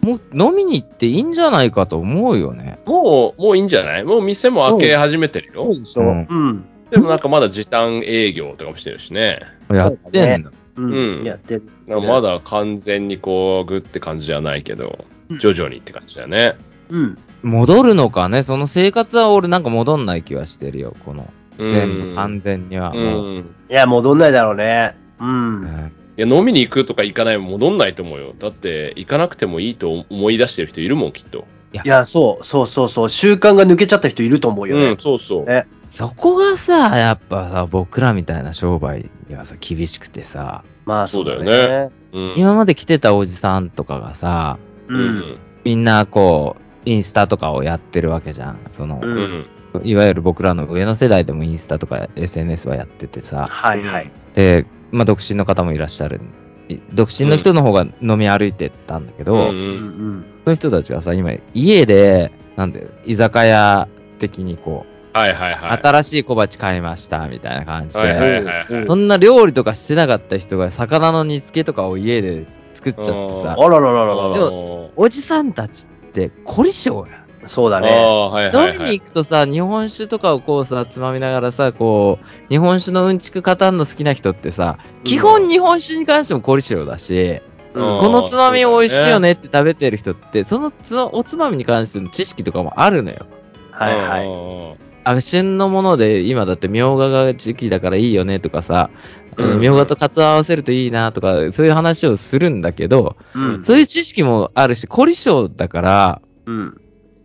Speaker 1: もう飲みに行っていいんじゃないかと思うよね。
Speaker 2: もう、もういいんじゃないもう店も開け始めてるよ
Speaker 3: そう。でしょ。
Speaker 1: う
Speaker 3: うんん。
Speaker 2: でもなんかまだ時短営業とかもしてるしね。
Speaker 1: やってんだ。
Speaker 3: う。
Speaker 2: うんん
Speaker 3: やってる。
Speaker 2: なんかまだ完全にこう、グって感じじゃないけど、徐々にって感じだね。
Speaker 3: うん。
Speaker 1: 戻るのかね、その生活は俺なんか戻んない気はしてるよ、この。
Speaker 2: うん
Speaker 1: 全部完全には
Speaker 2: う
Speaker 1: もう。
Speaker 2: ん。
Speaker 3: いや、戻んないだろうね。う。
Speaker 1: うんん
Speaker 2: いや、飲みに行くとか行かないも戻んないと思うよ。だって、行かなくてもいいと思い出してる人いるもん、きっと。
Speaker 3: いや、そう、そうそうそう。習慣が抜けちゃった人いると思うよ
Speaker 2: う
Speaker 3: ね
Speaker 2: ん、。そうそう。
Speaker 3: ね
Speaker 1: そこがさ、やっぱさ、僕らみたいな商売にはさ、厳しくてさ、
Speaker 3: まあ、そうだよ
Speaker 2: そうだ
Speaker 3: ね。
Speaker 2: うん。
Speaker 1: 今まで来てたおじさんとかがさ、
Speaker 3: う。
Speaker 2: うんん。
Speaker 1: みんなこう、インスタとかをやってるわけじゃん。その、
Speaker 3: う
Speaker 2: うんん。
Speaker 1: いわゆる僕らの上の世代でもインスタとか SNS はやっててさ、
Speaker 3: はいはい。
Speaker 1: で、まあ、独身の方もいらっしゃる。い独身の人の方が飲み歩いてたんだけど、
Speaker 2: う
Speaker 3: う
Speaker 2: ん。
Speaker 3: んうん。
Speaker 1: そういう人たちがさ、今、家で、なんだよ、居酒屋的にこう、
Speaker 2: はいはいはい。
Speaker 1: 新しい小鉢買いました、みたいな感じで、
Speaker 2: はいはいはいはい。
Speaker 1: そんな料理とかしてなかった人が魚の煮付けとかを家で作っちゃって
Speaker 3: あ
Speaker 1: さ、
Speaker 3: ららららら
Speaker 1: で
Speaker 3: ら。
Speaker 1: もおじさんたちって凝り性やん。
Speaker 3: そうだ
Speaker 2: あ
Speaker 3: ね。
Speaker 2: あ、はいは
Speaker 1: 飲
Speaker 2: い
Speaker 1: み
Speaker 2: は
Speaker 1: に
Speaker 2: い。
Speaker 1: 行くとさ、日本酒とかをこうさ、つまみながらさ、こう、日本酒のうんちく語るの好きな人ってさ、基本日本酒に関しても凝り性だし、
Speaker 2: うん
Speaker 1: このつまみ美味しいよねって食べてる人って、そのつおつまみに関しての知識とかもあるのよ。
Speaker 3: はいはい。
Speaker 2: い。
Speaker 1: あ、旬のもので、今だってみょうがが時期だからいいよねとかさ、
Speaker 3: うん
Speaker 1: みょうがとカツオ合わせるといいなとか、そういう話をするんだけど、
Speaker 3: うん。
Speaker 1: そういう知識もあるし、凝り性だから、
Speaker 3: うん。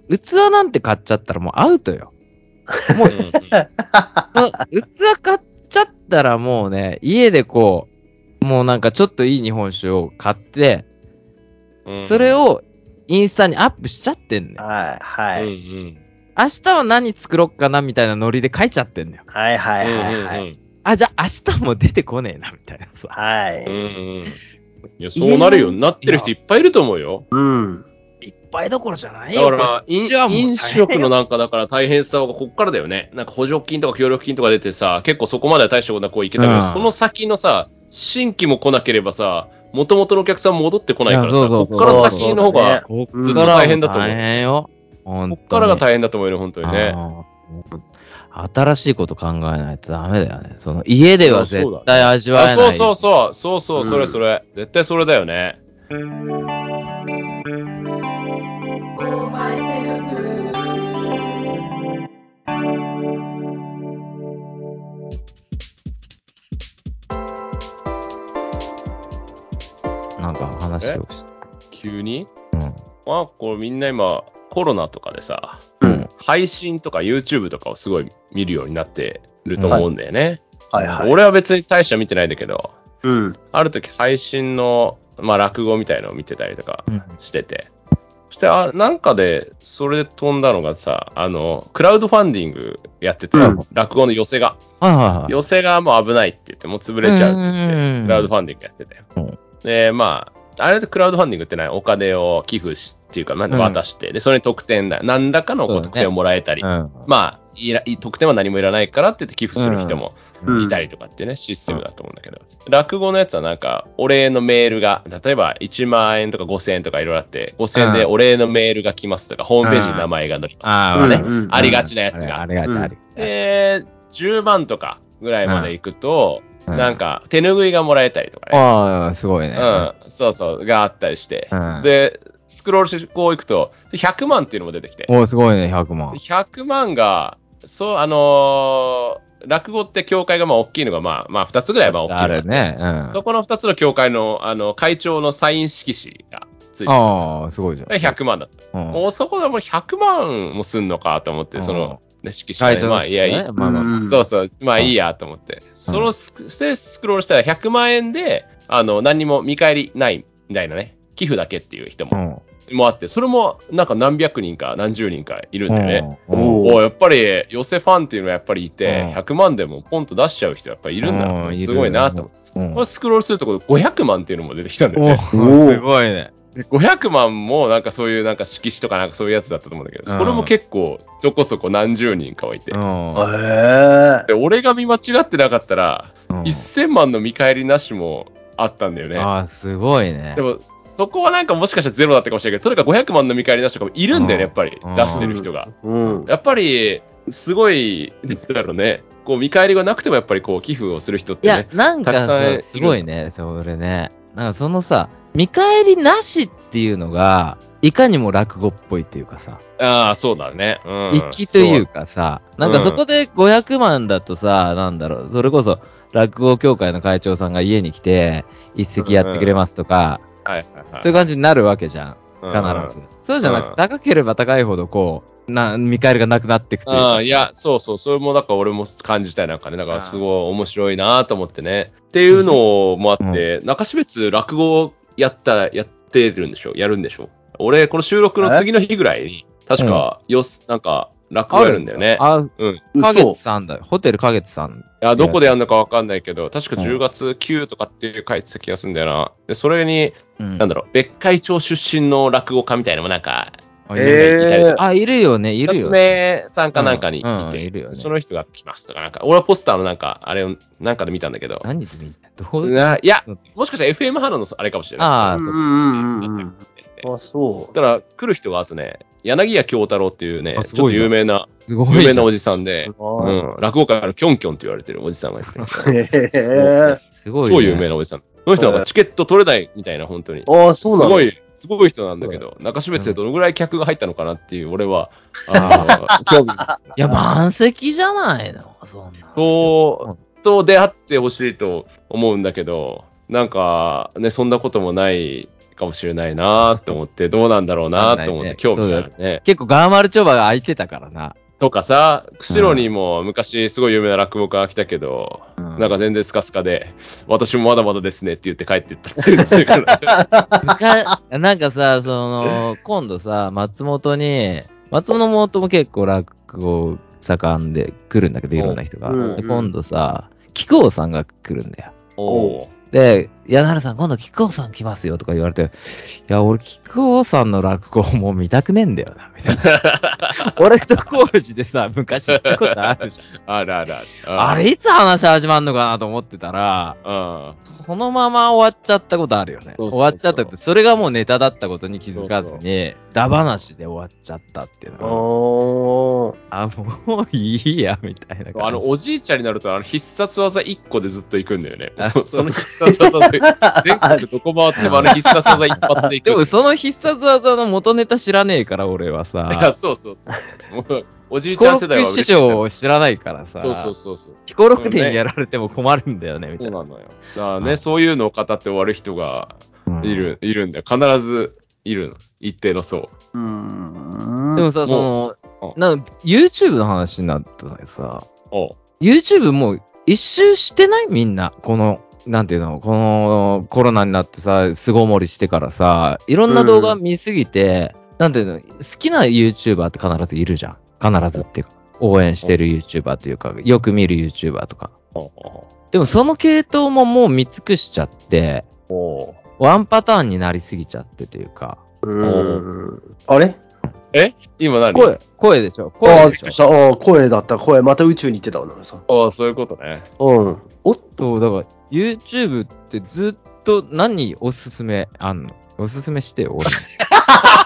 Speaker 1: 器なんて買っちゃったらもうアウト よ。
Speaker 2: もう、
Speaker 1: そう器買っちゃったらもうね、家でこう、もうなんかちょっといい日本酒を買って、
Speaker 2: う ん
Speaker 1: それ、をインスタにアップしちゃってんね
Speaker 3: はい
Speaker 2: うん
Speaker 3: は
Speaker 2: う
Speaker 3: い。
Speaker 2: ん
Speaker 1: 明日は何作ろっかなみたいなノリで書いちゃってんのよ。
Speaker 3: はいはいはいは
Speaker 2: う
Speaker 3: い。
Speaker 2: ん
Speaker 1: あ、じゃあ明日も出てこねえなみたいなさ。
Speaker 3: は
Speaker 2: うん
Speaker 3: い。
Speaker 2: うんいや、そうなるよ。なってる人いっぱいいると思うよ。
Speaker 3: うん。
Speaker 1: いっぱいどころじゃない
Speaker 2: だから、飲
Speaker 1: じゃあもう
Speaker 2: 飲食のなんかだから大変さがこっからだよね。なんか補助金とか協力金とか出てさ、結構そこまでは大したことなこういけたけど、
Speaker 1: うん
Speaker 2: その先のさ、新規も来なければさ、元々のお客さん戻ってこないか
Speaker 1: い
Speaker 2: ら
Speaker 1: や
Speaker 2: さ、
Speaker 1: そうそう
Speaker 2: こ
Speaker 1: そう
Speaker 2: っから先の方
Speaker 3: そうだね
Speaker 2: が、
Speaker 1: こ
Speaker 3: っ
Speaker 1: っ
Speaker 3: か
Speaker 1: からら
Speaker 2: 大変だと思う
Speaker 1: 大変よ。こ
Speaker 2: こっからが大変だと思うよね、本当にね。
Speaker 1: 新しいこと考えないとダメだよね。その家では絶対味わ
Speaker 2: あ
Speaker 1: えない。
Speaker 2: そうそうそう、そうそう、
Speaker 3: うん
Speaker 2: それそれ。絶対それだよね。
Speaker 1: なんか話をし
Speaker 2: 急に
Speaker 1: うん
Speaker 2: まあ、これみんな今、コロナとかでさ、
Speaker 3: うん。
Speaker 2: 配信とか YouTube とかをすごい見るようになってると思うんだよね。
Speaker 3: はいはい。
Speaker 2: 俺は別に大した見てないんだけど、
Speaker 3: うん。
Speaker 2: ある時配信の、まあ、落語みたいのを見てたりとか
Speaker 1: うん
Speaker 2: してて、そしてあなんかでそれで飛んだのがさあのクラウドファンディングやってて、
Speaker 3: うん
Speaker 2: 落語の寄せが
Speaker 1: はいはいはい。
Speaker 2: 寄せがもう危ないって言ってもう潰れちゃうって言って
Speaker 1: うんうんうん
Speaker 2: クラウドファンディングやってて、
Speaker 1: うん
Speaker 2: でまああれでクラウドファンディングってないお金を寄付しっていうか、まあ、
Speaker 1: うん
Speaker 2: 渡して、でそれに特典だ何らかのこ
Speaker 1: そう
Speaker 2: う
Speaker 1: だね
Speaker 2: 特典をもらえたり、
Speaker 1: うん
Speaker 2: まあいら特典は何もいらないからって言って寄付する人もいたりとかってね、システムだと思うんだけど、落語のやつはなんか、お礼のメールが、例えば1万円とか5000円とかいろいろあって、5000円でお礼のメールが来ますとか、ホームページに名前が載ります。
Speaker 1: ああ、ね、
Speaker 3: うん
Speaker 2: ありがちなやつが
Speaker 1: あれありがちありがち。
Speaker 2: で、10万とかぐらいまでいくと、
Speaker 1: うん
Speaker 2: なんか、手拭いがもらえたりとかね、
Speaker 1: ああ、すごいね。
Speaker 2: うん、そうそう、があったりして、
Speaker 1: うん
Speaker 2: で、スクロールしてこういくと、100万っていうのも出てきて、
Speaker 1: おお、すごいね、100万。
Speaker 2: 100万が、そう、あのー落語って教会がまあ大きいのが、まあ、まあ2つぐらいまあ大きいのが
Speaker 1: あるね。うん。
Speaker 2: そこの2つの教会のあの会長のサイン色紙がついて
Speaker 1: ああ、すごいじゃん。
Speaker 2: で100万だった。
Speaker 1: うん
Speaker 2: もうそこでもう100万もすんのかと思って、その、ね、色紙
Speaker 1: 会
Speaker 2: が
Speaker 1: 社の
Speaker 2: ねまあい
Speaker 1: 人
Speaker 2: やい
Speaker 1: ね
Speaker 2: や。
Speaker 1: まあまあまあ
Speaker 3: うん
Speaker 2: そうそう、まあいいやと思って。そのスクでスクロールしたら100万円で、あの、何にも見返りないみたいなね、寄付だけっていう人
Speaker 1: う
Speaker 2: も,、
Speaker 1: ん。
Speaker 2: もあって、それもなんか何百人か何十人かいるんだよね。
Speaker 1: うん
Speaker 3: お
Speaker 2: おやっぱり寄せファンっていうのはやっぱりいて、
Speaker 1: うん
Speaker 2: 100万でもポンと出しちゃう人やっぱりいるんだなと思って
Speaker 1: うんいる
Speaker 2: すごいなと思って、
Speaker 1: うん
Speaker 2: これスクロールするとこで500万っていうのも出てきたんだ よ
Speaker 1: お
Speaker 2: ね。
Speaker 1: ーすごいね。
Speaker 2: で500万もなんかそういうなんか色紙とかなんかそういうやつだったと思うんだけど、
Speaker 1: うん
Speaker 2: それも結構そこそこ何十人かはいて、
Speaker 1: うん
Speaker 3: へ
Speaker 2: で俺が見間違ってなかったら、
Speaker 1: うん
Speaker 2: 1000万の見返りなしもあったんだよね。
Speaker 1: ああ、すごいね
Speaker 2: で。もそこはなんかもしかしたらゼロだったかもしれないけど、とにかく500万の見返りなしとかもいるんだよね、
Speaker 1: う
Speaker 2: や
Speaker 1: ん
Speaker 2: っぱり
Speaker 1: うん
Speaker 2: 出してる人が。
Speaker 3: え。うん。
Speaker 2: やっぱり、すごい、なんだろうね。こう、見返りがなくても、やっぱりこう、寄付をする人っ
Speaker 1: い
Speaker 2: て
Speaker 1: や
Speaker 2: ね。、
Speaker 1: なん
Speaker 2: た
Speaker 1: か
Speaker 2: くさんい
Speaker 1: さ
Speaker 2: る
Speaker 1: すごいね、それね。なんかそのさ、見返りなしっていうのが、いかにも落語っぽいっていうかさ、
Speaker 2: ああ、そうだね。うん。
Speaker 1: 粋というかさ、なんかそこで500万だとさ、なんだろう、それこそ落語協会の会長さんが家に来て、一席やってくれますとか、
Speaker 2: そう。はいはいはい。
Speaker 1: そういう感じになるわけじゃん。
Speaker 2: うん
Speaker 1: 必ず。そうじゃなく
Speaker 2: うん
Speaker 1: て、高ければ高いほど、こう、な、見返りがなくなってくという
Speaker 2: あ
Speaker 1: か
Speaker 2: あ、いや、そうそう、それも、だから俺も感じたいなんかね、だからすごい面白いなと思ってね。っていうのもあって、中標津落語やった、やってるんでしょやるんでしょ俺、この収録の次の日ぐらいに、確か、よす、なんか、落語やるんだよね。
Speaker 1: あ、
Speaker 2: うん。い
Speaker 1: か
Speaker 3: 嘘
Speaker 1: 月さんだよ。ホテルか月さん。
Speaker 2: や、どこでやるのかわかんないけど、確か
Speaker 1: うん
Speaker 2: 10月9とかっていう書いてた気がするんだよな。で、それに、
Speaker 1: うん
Speaker 2: なんだろう、別海町出身の落語家みたいなのもなんか、
Speaker 1: あい
Speaker 2: い
Speaker 1: る
Speaker 2: たりと
Speaker 3: え
Speaker 2: か
Speaker 1: あ、いるよね、いる
Speaker 2: 二つ
Speaker 1: よ。
Speaker 2: 目さんかなんかにいて、
Speaker 1: うんうんいるよね
Speaker 2: その人が来ますとか、なんか、俺はポスターのなんか、あれをなんかで見たんだけど、
Speaker 1: 何で見たどう
Speaker 2: ないや、もしかしたら FM 花のあれかもしれない。
Speaker 1: ああ
Speaker 3: うん
Speaker 1: そう
Speaker 3: うんうんうん。あ、そ
Speaker 2: だから来る人があとね、柳家京太郎っていうね、
Speaker 1: あ
Speaker 2: ち
Speaker 1: す
Speaker 2: ょ
Speaker 1: ご
Speaker 2: っと
Speaker 1: いじゃ
Speaker 2: 有
Speaker 1: ん
Speaker 2: 名な、
Speaker 1: すごい
Speaker 2: 有
Speaker 1: じ
Speaker 2: 名
Speaker 1: ゃん。
Speaker 2: なおじさんで
Speaker 3: う。、
Speaker 2: う、
Speaker 3: うん
Speaker 2: 落語界からキョンキョンって言われてるおじさんがいて、
Speaker 3: へえ。
Speaker 1: すごいね。
Speaker 2: 超有名なおじさん。の人なんかチケット取れないみたいな、本当に。
Speaker 3: ああ、そう
Speaker 2: す
Speaker 3: なの
Speaker 2: ごい、すごい人なんだけど、中標津でどのぐらい客が入ったのかなっていう、俺は、あの 興味が
Speaker 1: いや、満席じゃないのそんな。
Speaker 2: と、と出会ってほしいと思うんだけど、なんか、ね、そんなこともないかもしれないなと思って、どうなんだろうなと思って、興味があるね。
Speaker 1: 結構ガーマルチョバが空いてたからな。
Speaker 2: とかさ、釧路にも昔すごい有名な落語家が来たけど、なんか全然スカスカで、私もまだまだですねって言って帰ってったってするから。
Speaker 1: かなんかさ、その、今度さ、松本に、松本も結構落語盛んで来るんだけど、いろんな人が。
Speaker 3: うん
Speaker 1: で今度さ、木久扇さんが来るんだよ。
Speaker 2: おう
Speaker 1: で、柳原さん、今度木久扇さん来ますよとか言われて、いや、俺、木久扇さんの落語もう見たくねえんだよな、みたい な。俺と工事でさ、昔行ったことあるじゃん。
Speaker 2: あらあらあら。
Speaker 1: あれ、いつ話始まんのかなと思ってたら、
Speaker 2: うん。
Speaker 1: そのまま終わっちゃったことあるよね。
Speaker 2: そうそうそう
Speaker 1: 終わっちゃったって、それがもうネタだったことに気づかずに、ダバなしで終わっちゃったっていう
Speaker 3: あ
Speaker 1: のが、
Speaker 3: ー
Speaker 1: あ、もういいや、みたいな感じ。
Speaker 2: あの、おじいちゃんになると、あの、必殺技1個でずっと行くんだよね
Speaker 1: あ。
Speaker 2: もうその 必殺技で、全国どこ回ってもあの必殺技一発で行く。
Speaker 1: でも、
Speaker 2: い
Speaker 1: その必殺技の元ネタ知らねえから、俺は さ。
Speaker 2: や、そうそうそう。もう、おじい
Speaker 1: ヒ
Speaker 2: ち
Speaker 1: コ
Speaker 2: ゃ
Speaker 1: ロ
Speaker 2: ん世代
Speaker 1: ッ
Speaker 2: は
Speaker 1: ク師
Speaker 2: 嬉しいんだ
Speaker 1: 匠
Speaker 2: よ。
Speaker 1: を知らないからさ、
Speaker 2: そうそうそうそう。
Speaker 1: ヒコロックでやられても困るんだよね、みた
Speaker 2: そう
Speaker 1: いな。
Speaker 2: なのよ。だからね、そういうのを語って終わる人が
Speaker 1: うん
Speaker 2: いる、いるんだよ。必ずいるの。一定の層。
Speaker 3: うーん。
Speaker 1: でもさ、そ
Speaker 2: も
Speaker 1: の
Speaker 2: う、
Speaker 1: なん YouTube の話になったのにさ、
Speaker 2: おう
Speaker 1: YouTube もう一周してないみんな。この、なんていうのこのコロナになってさ、巣ごもりしてからさ、いろんな動画見すぎて、なんていうの好きな YouTuber って必ずいるじゃん。必ずっていうか、応援してる YouTuber というか、よく見る YouTuber とか。
Speaker 2: おうお
Speaker 1: でもその系統ももう見尽くしちゃって、
Speaker 2: うおう
Speaker 1: ワンパターンになりすぎちゃってというか。
Speaker 3: うんあれ
Speaker 2: え今何
Speaker 1: 声、声でしょ声で
Speaker 3: ああ、びっくりし
Speaker 1: しょ
Speaker 3: た。ああ、声だった。声、また宇宙に行ってたわな、さ。
Speaker 2: ああ、そういうことね。。
Speaker 3: うん。おっ
Speaker 1: そう、だから YouTube ってずっと何おすすめあんのおすすめしてよ、俺に。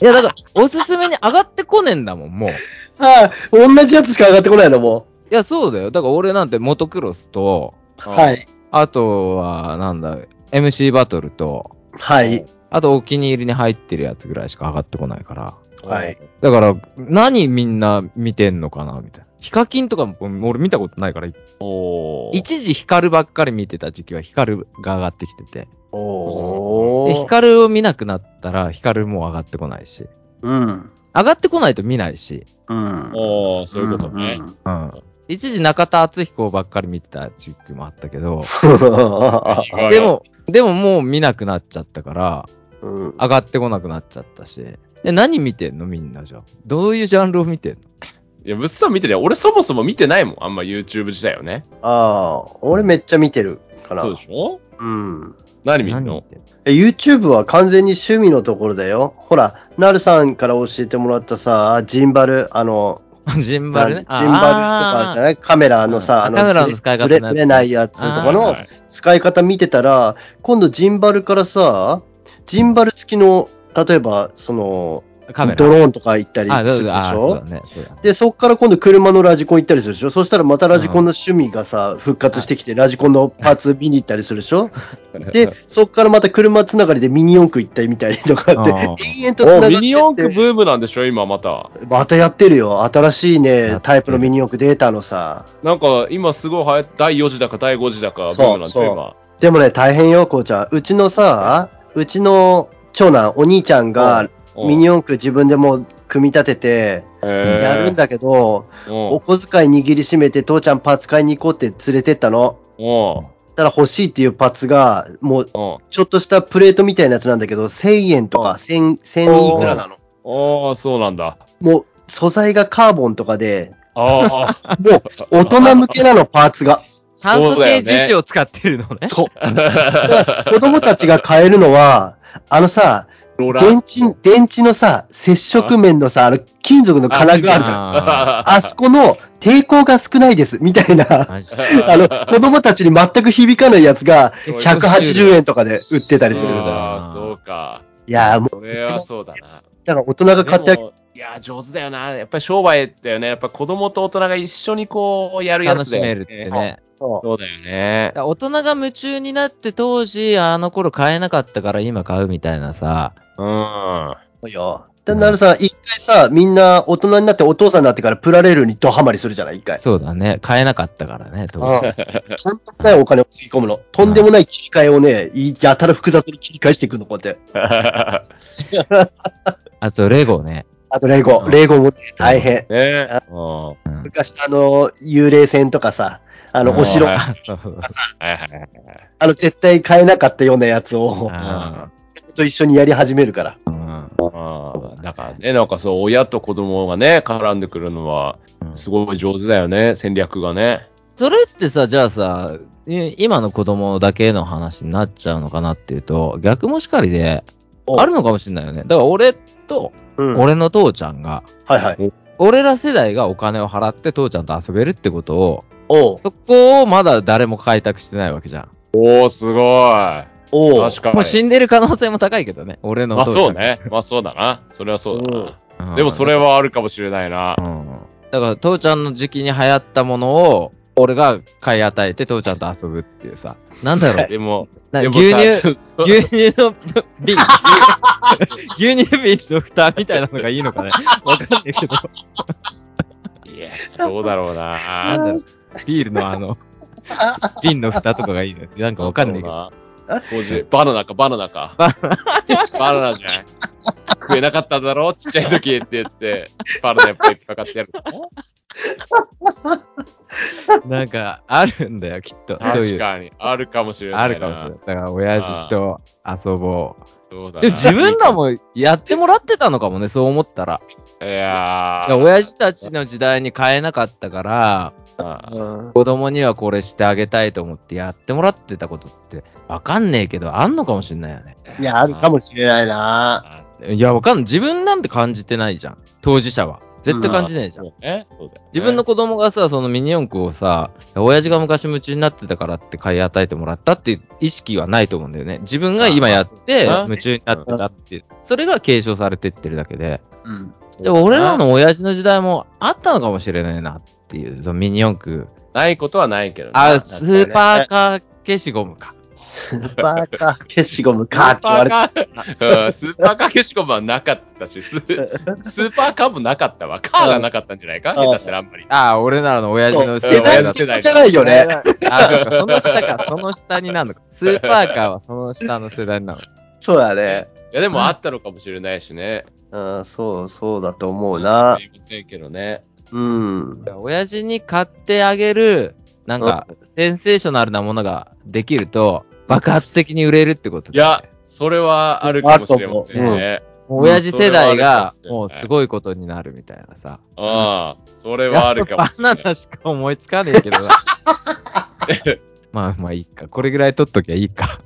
Speaker 1: いや、だから、おすすめに上がってこねえんだもん、もう。い
Speaker 3: ああ、同じやつしか上がってこないの、も
Speaker 1: や、そうだよ。だから俺なんてモトクロスと、
Speaker 3: う。はいい。
Speaker 1: あとは、なんだ、MC バトルと、
Speaker 3: はい。
Speaker 1: あとお気に入りに入ってるやつぐらいしか上がってこないから。
Speaker 3: はい。
Speaker 1: だから、何みんな見てんのかなみたいな。ヒカキンとかも俺見たことないから、
Speaker 2: おう
Speaker 1: 一時ヒカルばっかり見てた時期はヒカルが上がってきてて。
Speaker 3: お
Speaker 1: で、
Speaker 3: ー
Speaker 1: ヒ。カルを見なくなったら、ヒカルもう上がってこないし。
Speaker 3: うん。
Speaker 1: 上がってこないと見ないし。
Speaker 3: うん。
Speaker 2: おうそういうことね
Speaker 3: ん。ん
Speaker 1: うん。一時中田敦彦ばっかり見てた時期もあったけど、
Speaker 2: はい
Speaker 1: でも、でももう見なくなっちゃったから、
Speaker 3: うん
Speaker 1: 上がってこなくなっちゃったし。で、何見てんのみんなじゃあ。どういうジャンルを見てんの
Speaker 2: いや、物産見てない。俺そもそも見てないもん。あんま YouTube 自体をね。
Speaker 3: ああ、俺めっちゃ見てるから。
Speaker 2: そうでしょ
Speaker 3: うん。
Speaker 2: 何見る
Speaker 1: 何
Speaker 2: の
Speaker 1: てんの
Speaker 3: え YouTube は完全に趣味のところだよ。ほら、なるさんから教えてもらったさ、ジンバル、あの、
Speaker 1: ジンバル
Speaker 3: な
Speaker 1: ね
Speaker 3: ん。ジンバルとかじゃ
Speaker 1: い
Speaker 3: ないカメラの
Speaker 1: あ
Speaker 3: さ、あの、
Speaker 1: カメラの使い方
Speaker 3: ぶれ
Speaker 1: のやつ
Speaker 3: ぶれないやつとかの
Speaker 2: あー
Speaker 3: 使い方見てたら、今度ジンバルからさ、ジンバル付きの、例えば、その、
Speaker 1: カメラ。
Speaker 3: ドローンとか行ったりす
Speaker 1: あ、
Speaker 3: る
Speaker 1: そう
Speaker 3: でし
Speaker 1: だ、あそうだ
Speaker 3: ょ
Speaker 1: ね。そうだね
Speaker 3: で、そっから今度車のラジコン行ったりするでしょそしたらまたラジコンの趣味がさ、復活してきて、ラジコンのパーツ見に行ったりするでしょで、そっからまた車つながりでミニ四駆行ったりみたいとかって、
Speaker 1: あー
Speaker 3: 延々とつな
Speaker 2: お
Speaker 3: がって
Speaker 2: ミ
Speaker 3: って
Speaker 2: ニ四駆ブームなんでしょ今また。
Speaker 3: またやってるよ。新しい
Speaker 1: って
Speaker 3: ね
Speaker 1: る、
Speaker 3: タイプのミニ四駆データのさ。
Speaker 2: なんか今すごい流行って、第4次だか第5次だかブームなんでし
Speaker 3: そう
Speaker 2: ょ
Speaker 3: そう
Speaker 2: 今。
Speaker 3: でもね、大変よ、こうちゃん。うちのさ、うちの長男、お兄ちゃんがミニ
Speaker 2: 四
Speaker 3: 四駆自分でもう組み立てて
Speaker 2: 駆
Speaker 3: やるん
Speaker 2: だ。
Speaker 3: だけど、お小遣い握りしめて父ちゃんパーツ買いに行こうって連れてったの。
Speaker 2: おうん。
Speaker 3: たら欲しいっていうパーツが、もう
Speaker 2: お
Speaker 3: ちょっとしたプレートみたいなやつなんだけど、1000円とか1000 1000いくらなの。
Speaker 2: おそうなんだ。
Speaker 3: もう素材がカーボンとかで、
Speaker 2: ああ。
Speaker 3: もう大人向けなの、パーツが。
Speaker 1: 炭素
Speaker 2: そうだ
Speaker 1: 系
Speaker 2: よ
Speaker 1: 樹
Speaker 2: ね
Speaker 1: 脂を使ってるのね。
Speaker 3: そう。 子供たちが買えるのは、あのさ、
Speaker 2: ローラー
Speaker 3: 電池、電池のさ、接触面のさ、あの、金属の金具があるじゃん。
Speaker 1: あ
Speaker 3: あそこの抵抗が少ないです、みたいな。
Speaker 1: ー
Speaker 3: あ
Speaker 1: マジ
Speaker 3: の、子供たちに全く響かないやつが、180円とかで売ってたりするんだよ。
Speaker 1: よ
Speaker 2: ああ、そうか。
Speaker 3: いやーも
Speaker 2: それはそうだな。
Speaker 3: う、だから大人が買ってあ
Speaker 2: でもいや、上手だよな。やっぱり商売だよね。やっぱ子供と大人が一緒にこうやるや
Speaker 1: 楽
Speaker 2: つ
Speaker 1: し
Speaker 2: だよ
Speaker 1: めるってね。
Speaker 3: そ
Speaker 2: そうだよね。
Speaker 1: 大人が夢中になって当時あの頃買えなかったから今買うみたいなさ。
Speaker 2: うん。
Speaker 3: うよ。で、なるさん、一回さ、みんな大人になってお父さんになってからプラレールにドハマりするじゃない、一回。
Speaker 1: そうだね。買えなかったからね。当時
Speaker 3: ああ、とんでもないお金をつぎ込むの。とんでもない切り替えをね、いやたら複雑に切り返していくの、こうやって。
Speaker 1: あとレゴね。
Speaker 3: あと、レゴ
Speaker 1: う。ん
Speaker 3: レゴもね大変。
Speaker 2: ね
Speaker 3: あ
Speaker 2: うん。は
Speaker 3: 昔、あの、幽霊船とかさ、あ
Speaker 1: う
Speaker 3: の、
Speaker 1: ん
Speaker 3: お城、
Speaker 2: あ
Speaker 3: あ
Speaker 2: いはいはい。
Speaker 3: の、絶対買えなかったようなやつを、
Speaker 1: あ
Speaker 3: と一緒にやり始めるから。
Speaker 2: ああだからね、なんかそう、親と子供がね、絡んでくるのは、
Speaker 1: うん
Speaker 2: すごい上手だよね、戦略がね。
Speaker 1: それってさ、じゃあさ、い今の子供だけの話になっちゃうのかなっていうと、逆もしかりで、
Speaker 3: お
Speaker 1: あるのかもしれないよね。だから俺と、
Speaker 3: うん。はい
Speaker 1: 俺の父ちゃんが、
Speaker 3: はい。
Speaker 1: 俺ら世代がお金を払って父ちゃんと遊べるってことを、
Speaker 3: おう
Speaker 1: そこをまだ誰も開拓してないわけじゃん。
Speaker 2: おー、すごい。
Speaker 3: おう
Speaker 2: 確かに。
Speaker 1: もう死んでる可能性も高いけどね、俺の
Speaker 2: まあ
Speaker 1: 父ち
Speaker 2: そ
Speaker 1: ゃ。
Speaker 2: うんね。まあそうだな。それはそうだな。
Speaker 1: うん
Speaker 2: でもそれはあるかもしれないな。
Speaker 1: うんだから父ちゃんの時期に流行ったものを俺が買い与えて父ちゃんと遊ぶっていうさなん だろう
Speaker 2: でも、
Speaker 1: な
Speaker 2: でも
Speaker 1: 牛乳
Speaker 2: さ、そう
Speaker 1: 牛乳の瓶牛乳瓶の蓋みたいなのがいいの かねわかんないけど
Speaker 2: いや、どうだろ
Speaker 1: な
Speaker 2: う
Speaker 1: んだ
Speaker 2: な。
Speaker 1: ろうビールのあ の瓶の蓋とかがいいのなんかわかんないけど
Speaker 2: どうだろうな。50バナナか、バナナか。バナナじゃない。食えなかったんだろちっちゃい時って言って、バナナいっぱい引っかかってやる。
Speaker 1: なんかあるんだよきっとそうい
Speaker 2: 確
Speaker 1: う
Speaker 2: かに。あるかもしれないな。
Speaker 1: あるかもしれないだから親父と遊ぼう
Speaker 2: そうだな
Speaker 1: でも自分らもやってもらってたのかもねそう思ったら
Speaker 2: いや
Speaker 1: い
Speaker 2: ー
Speaker 1: や親父たちの時代に買えなかったから
Speaker 2: あ
Speaker 3: うん
Speaker 1: 子供にはこれしてあげたいと思ってやってもらってたことってわかんねえけどあんのかもしんないよね
Speaker 3: いや、あるかもしれないな。
Speaker 2: あ
Speaker 1: いやわかんない自分なんて感じてないじゃん当事者は絶対感じねえじゃん、
Speaker 2: そうねそうだよね
Speaker 1: 自分の子供がさそのミニ四駆をさ親父が昔夢中になってたからって買い与えてもらったっていう意識はないと思うんだよね自分が今やって
Speaker 2: あー
Speaker 1: 夢中になってたっていうそれが継承されてってるだけで
Speaker 3: うん。
Speaker 1: でも俺らの親父の時代もあったのかもしれないなっていうそのミニ四駆
Speaker 2: ないことはないけどね
Speaker 1: あ、スーパーカー消しゴムか。
Speaker 3: スーパーカー消しゴムかって言われて。
Speaker 2: うんスーパーカー消しゴムはなかったし、ススーパーカーもなかったわ。カーがなかったんじゃないか
Speaker 3: うん
Speaker 2: 下手したらあんまり。
Speaker 1: ああ、俺らの親父の
Speaker 3: 世
Speaker 1: 世代
Speaker 3: 代
Speaker 1: だった。
Speaker 2: 世代
Speaker 3: じゃないよね。
Speaker 1: あ、そうか、その下か、その下になるのか。 スーパーカーはその下の世代なの。
Speaker 3: そうだね
Speaker 2: ね。いや、でもあったのかもしれないしね。
Speaker 3: うん、そう、そうだと思うな。
Speaker 2: 言いませんけどね。
Speaker 3: うん。
Speaker 1: 親父に買ってあげる、なんか、センセーショナルなものができると、爆発的に売れるってこと
Speaker 2: い
Speaker 1: だよ
Speaker 2: や
Speaker 1: ね、
Speaker 2: それはあるかもしれませんね。
Speaker 1: もう親父世代が、
Speaker 2: うん
Speaker 1: もうすごいことになるみたいなさ。
Speaker 2: ああ、それはあるかもしれ
Speaker 1: やっぱバ
Speaker 2: ない。
Speaker 1: ナナしか思いつかねえけ どな。まあまあいいか。これぐらい取っときゃいいか。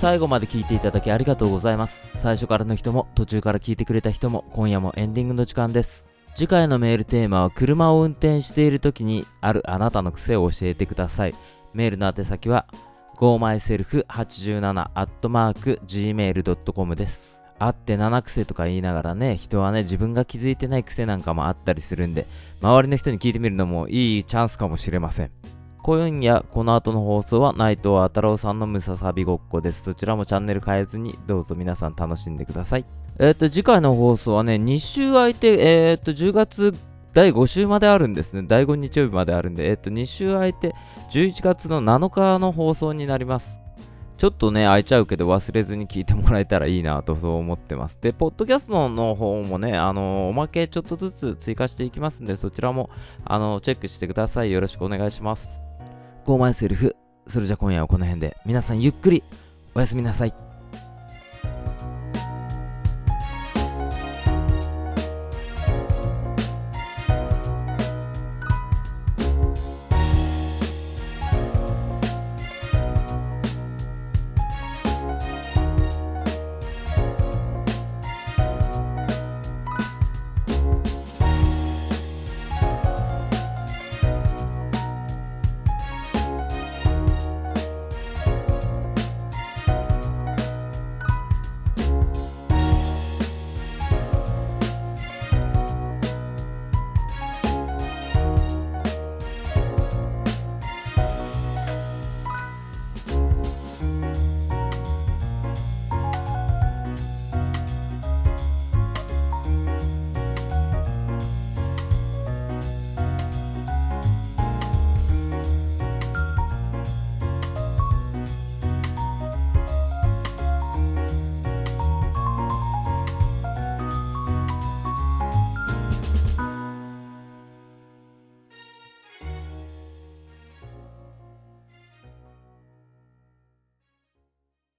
Speaker 1: 最後まで聞いていただきありがとうございます最初からの人も途中から聞いてくれた人も今夜もエンディングの時間です次回のメールテーマは車を運転している時にあるあなたの癖を教えてくださいメールの宛先は gomyself87-gmail.com ですあって7癖とか言いながらね人はね自分が気づいてない癖なんかもあったりするんで周りの人に聞いてみるのもいいチャンスかもしれません今夜この後の放送は内藤あたろうさんのムササビごっこです。そちらもチャンネル変えずにどうぞ皆さん楽しんでください。えっ、と次回の放送はね2週空いてえっ、と10月第5週まであるんですね。第5日曜日まであるんでえっ、と2週空いて11月の7日の放送になります。ちょっとね、空いちゃうけど忘れずに聞いてもらえたらいいなとそう思ってます。で、ポッドキャストの方もね、あのおまけちょっとずつ追加していきますんで、そちらも、あのチェックしてください。よろしくお願いします。ゴーマイセルフ。それじゃ今夜はこの辺で、皆さんゆっくりおやすみなさい。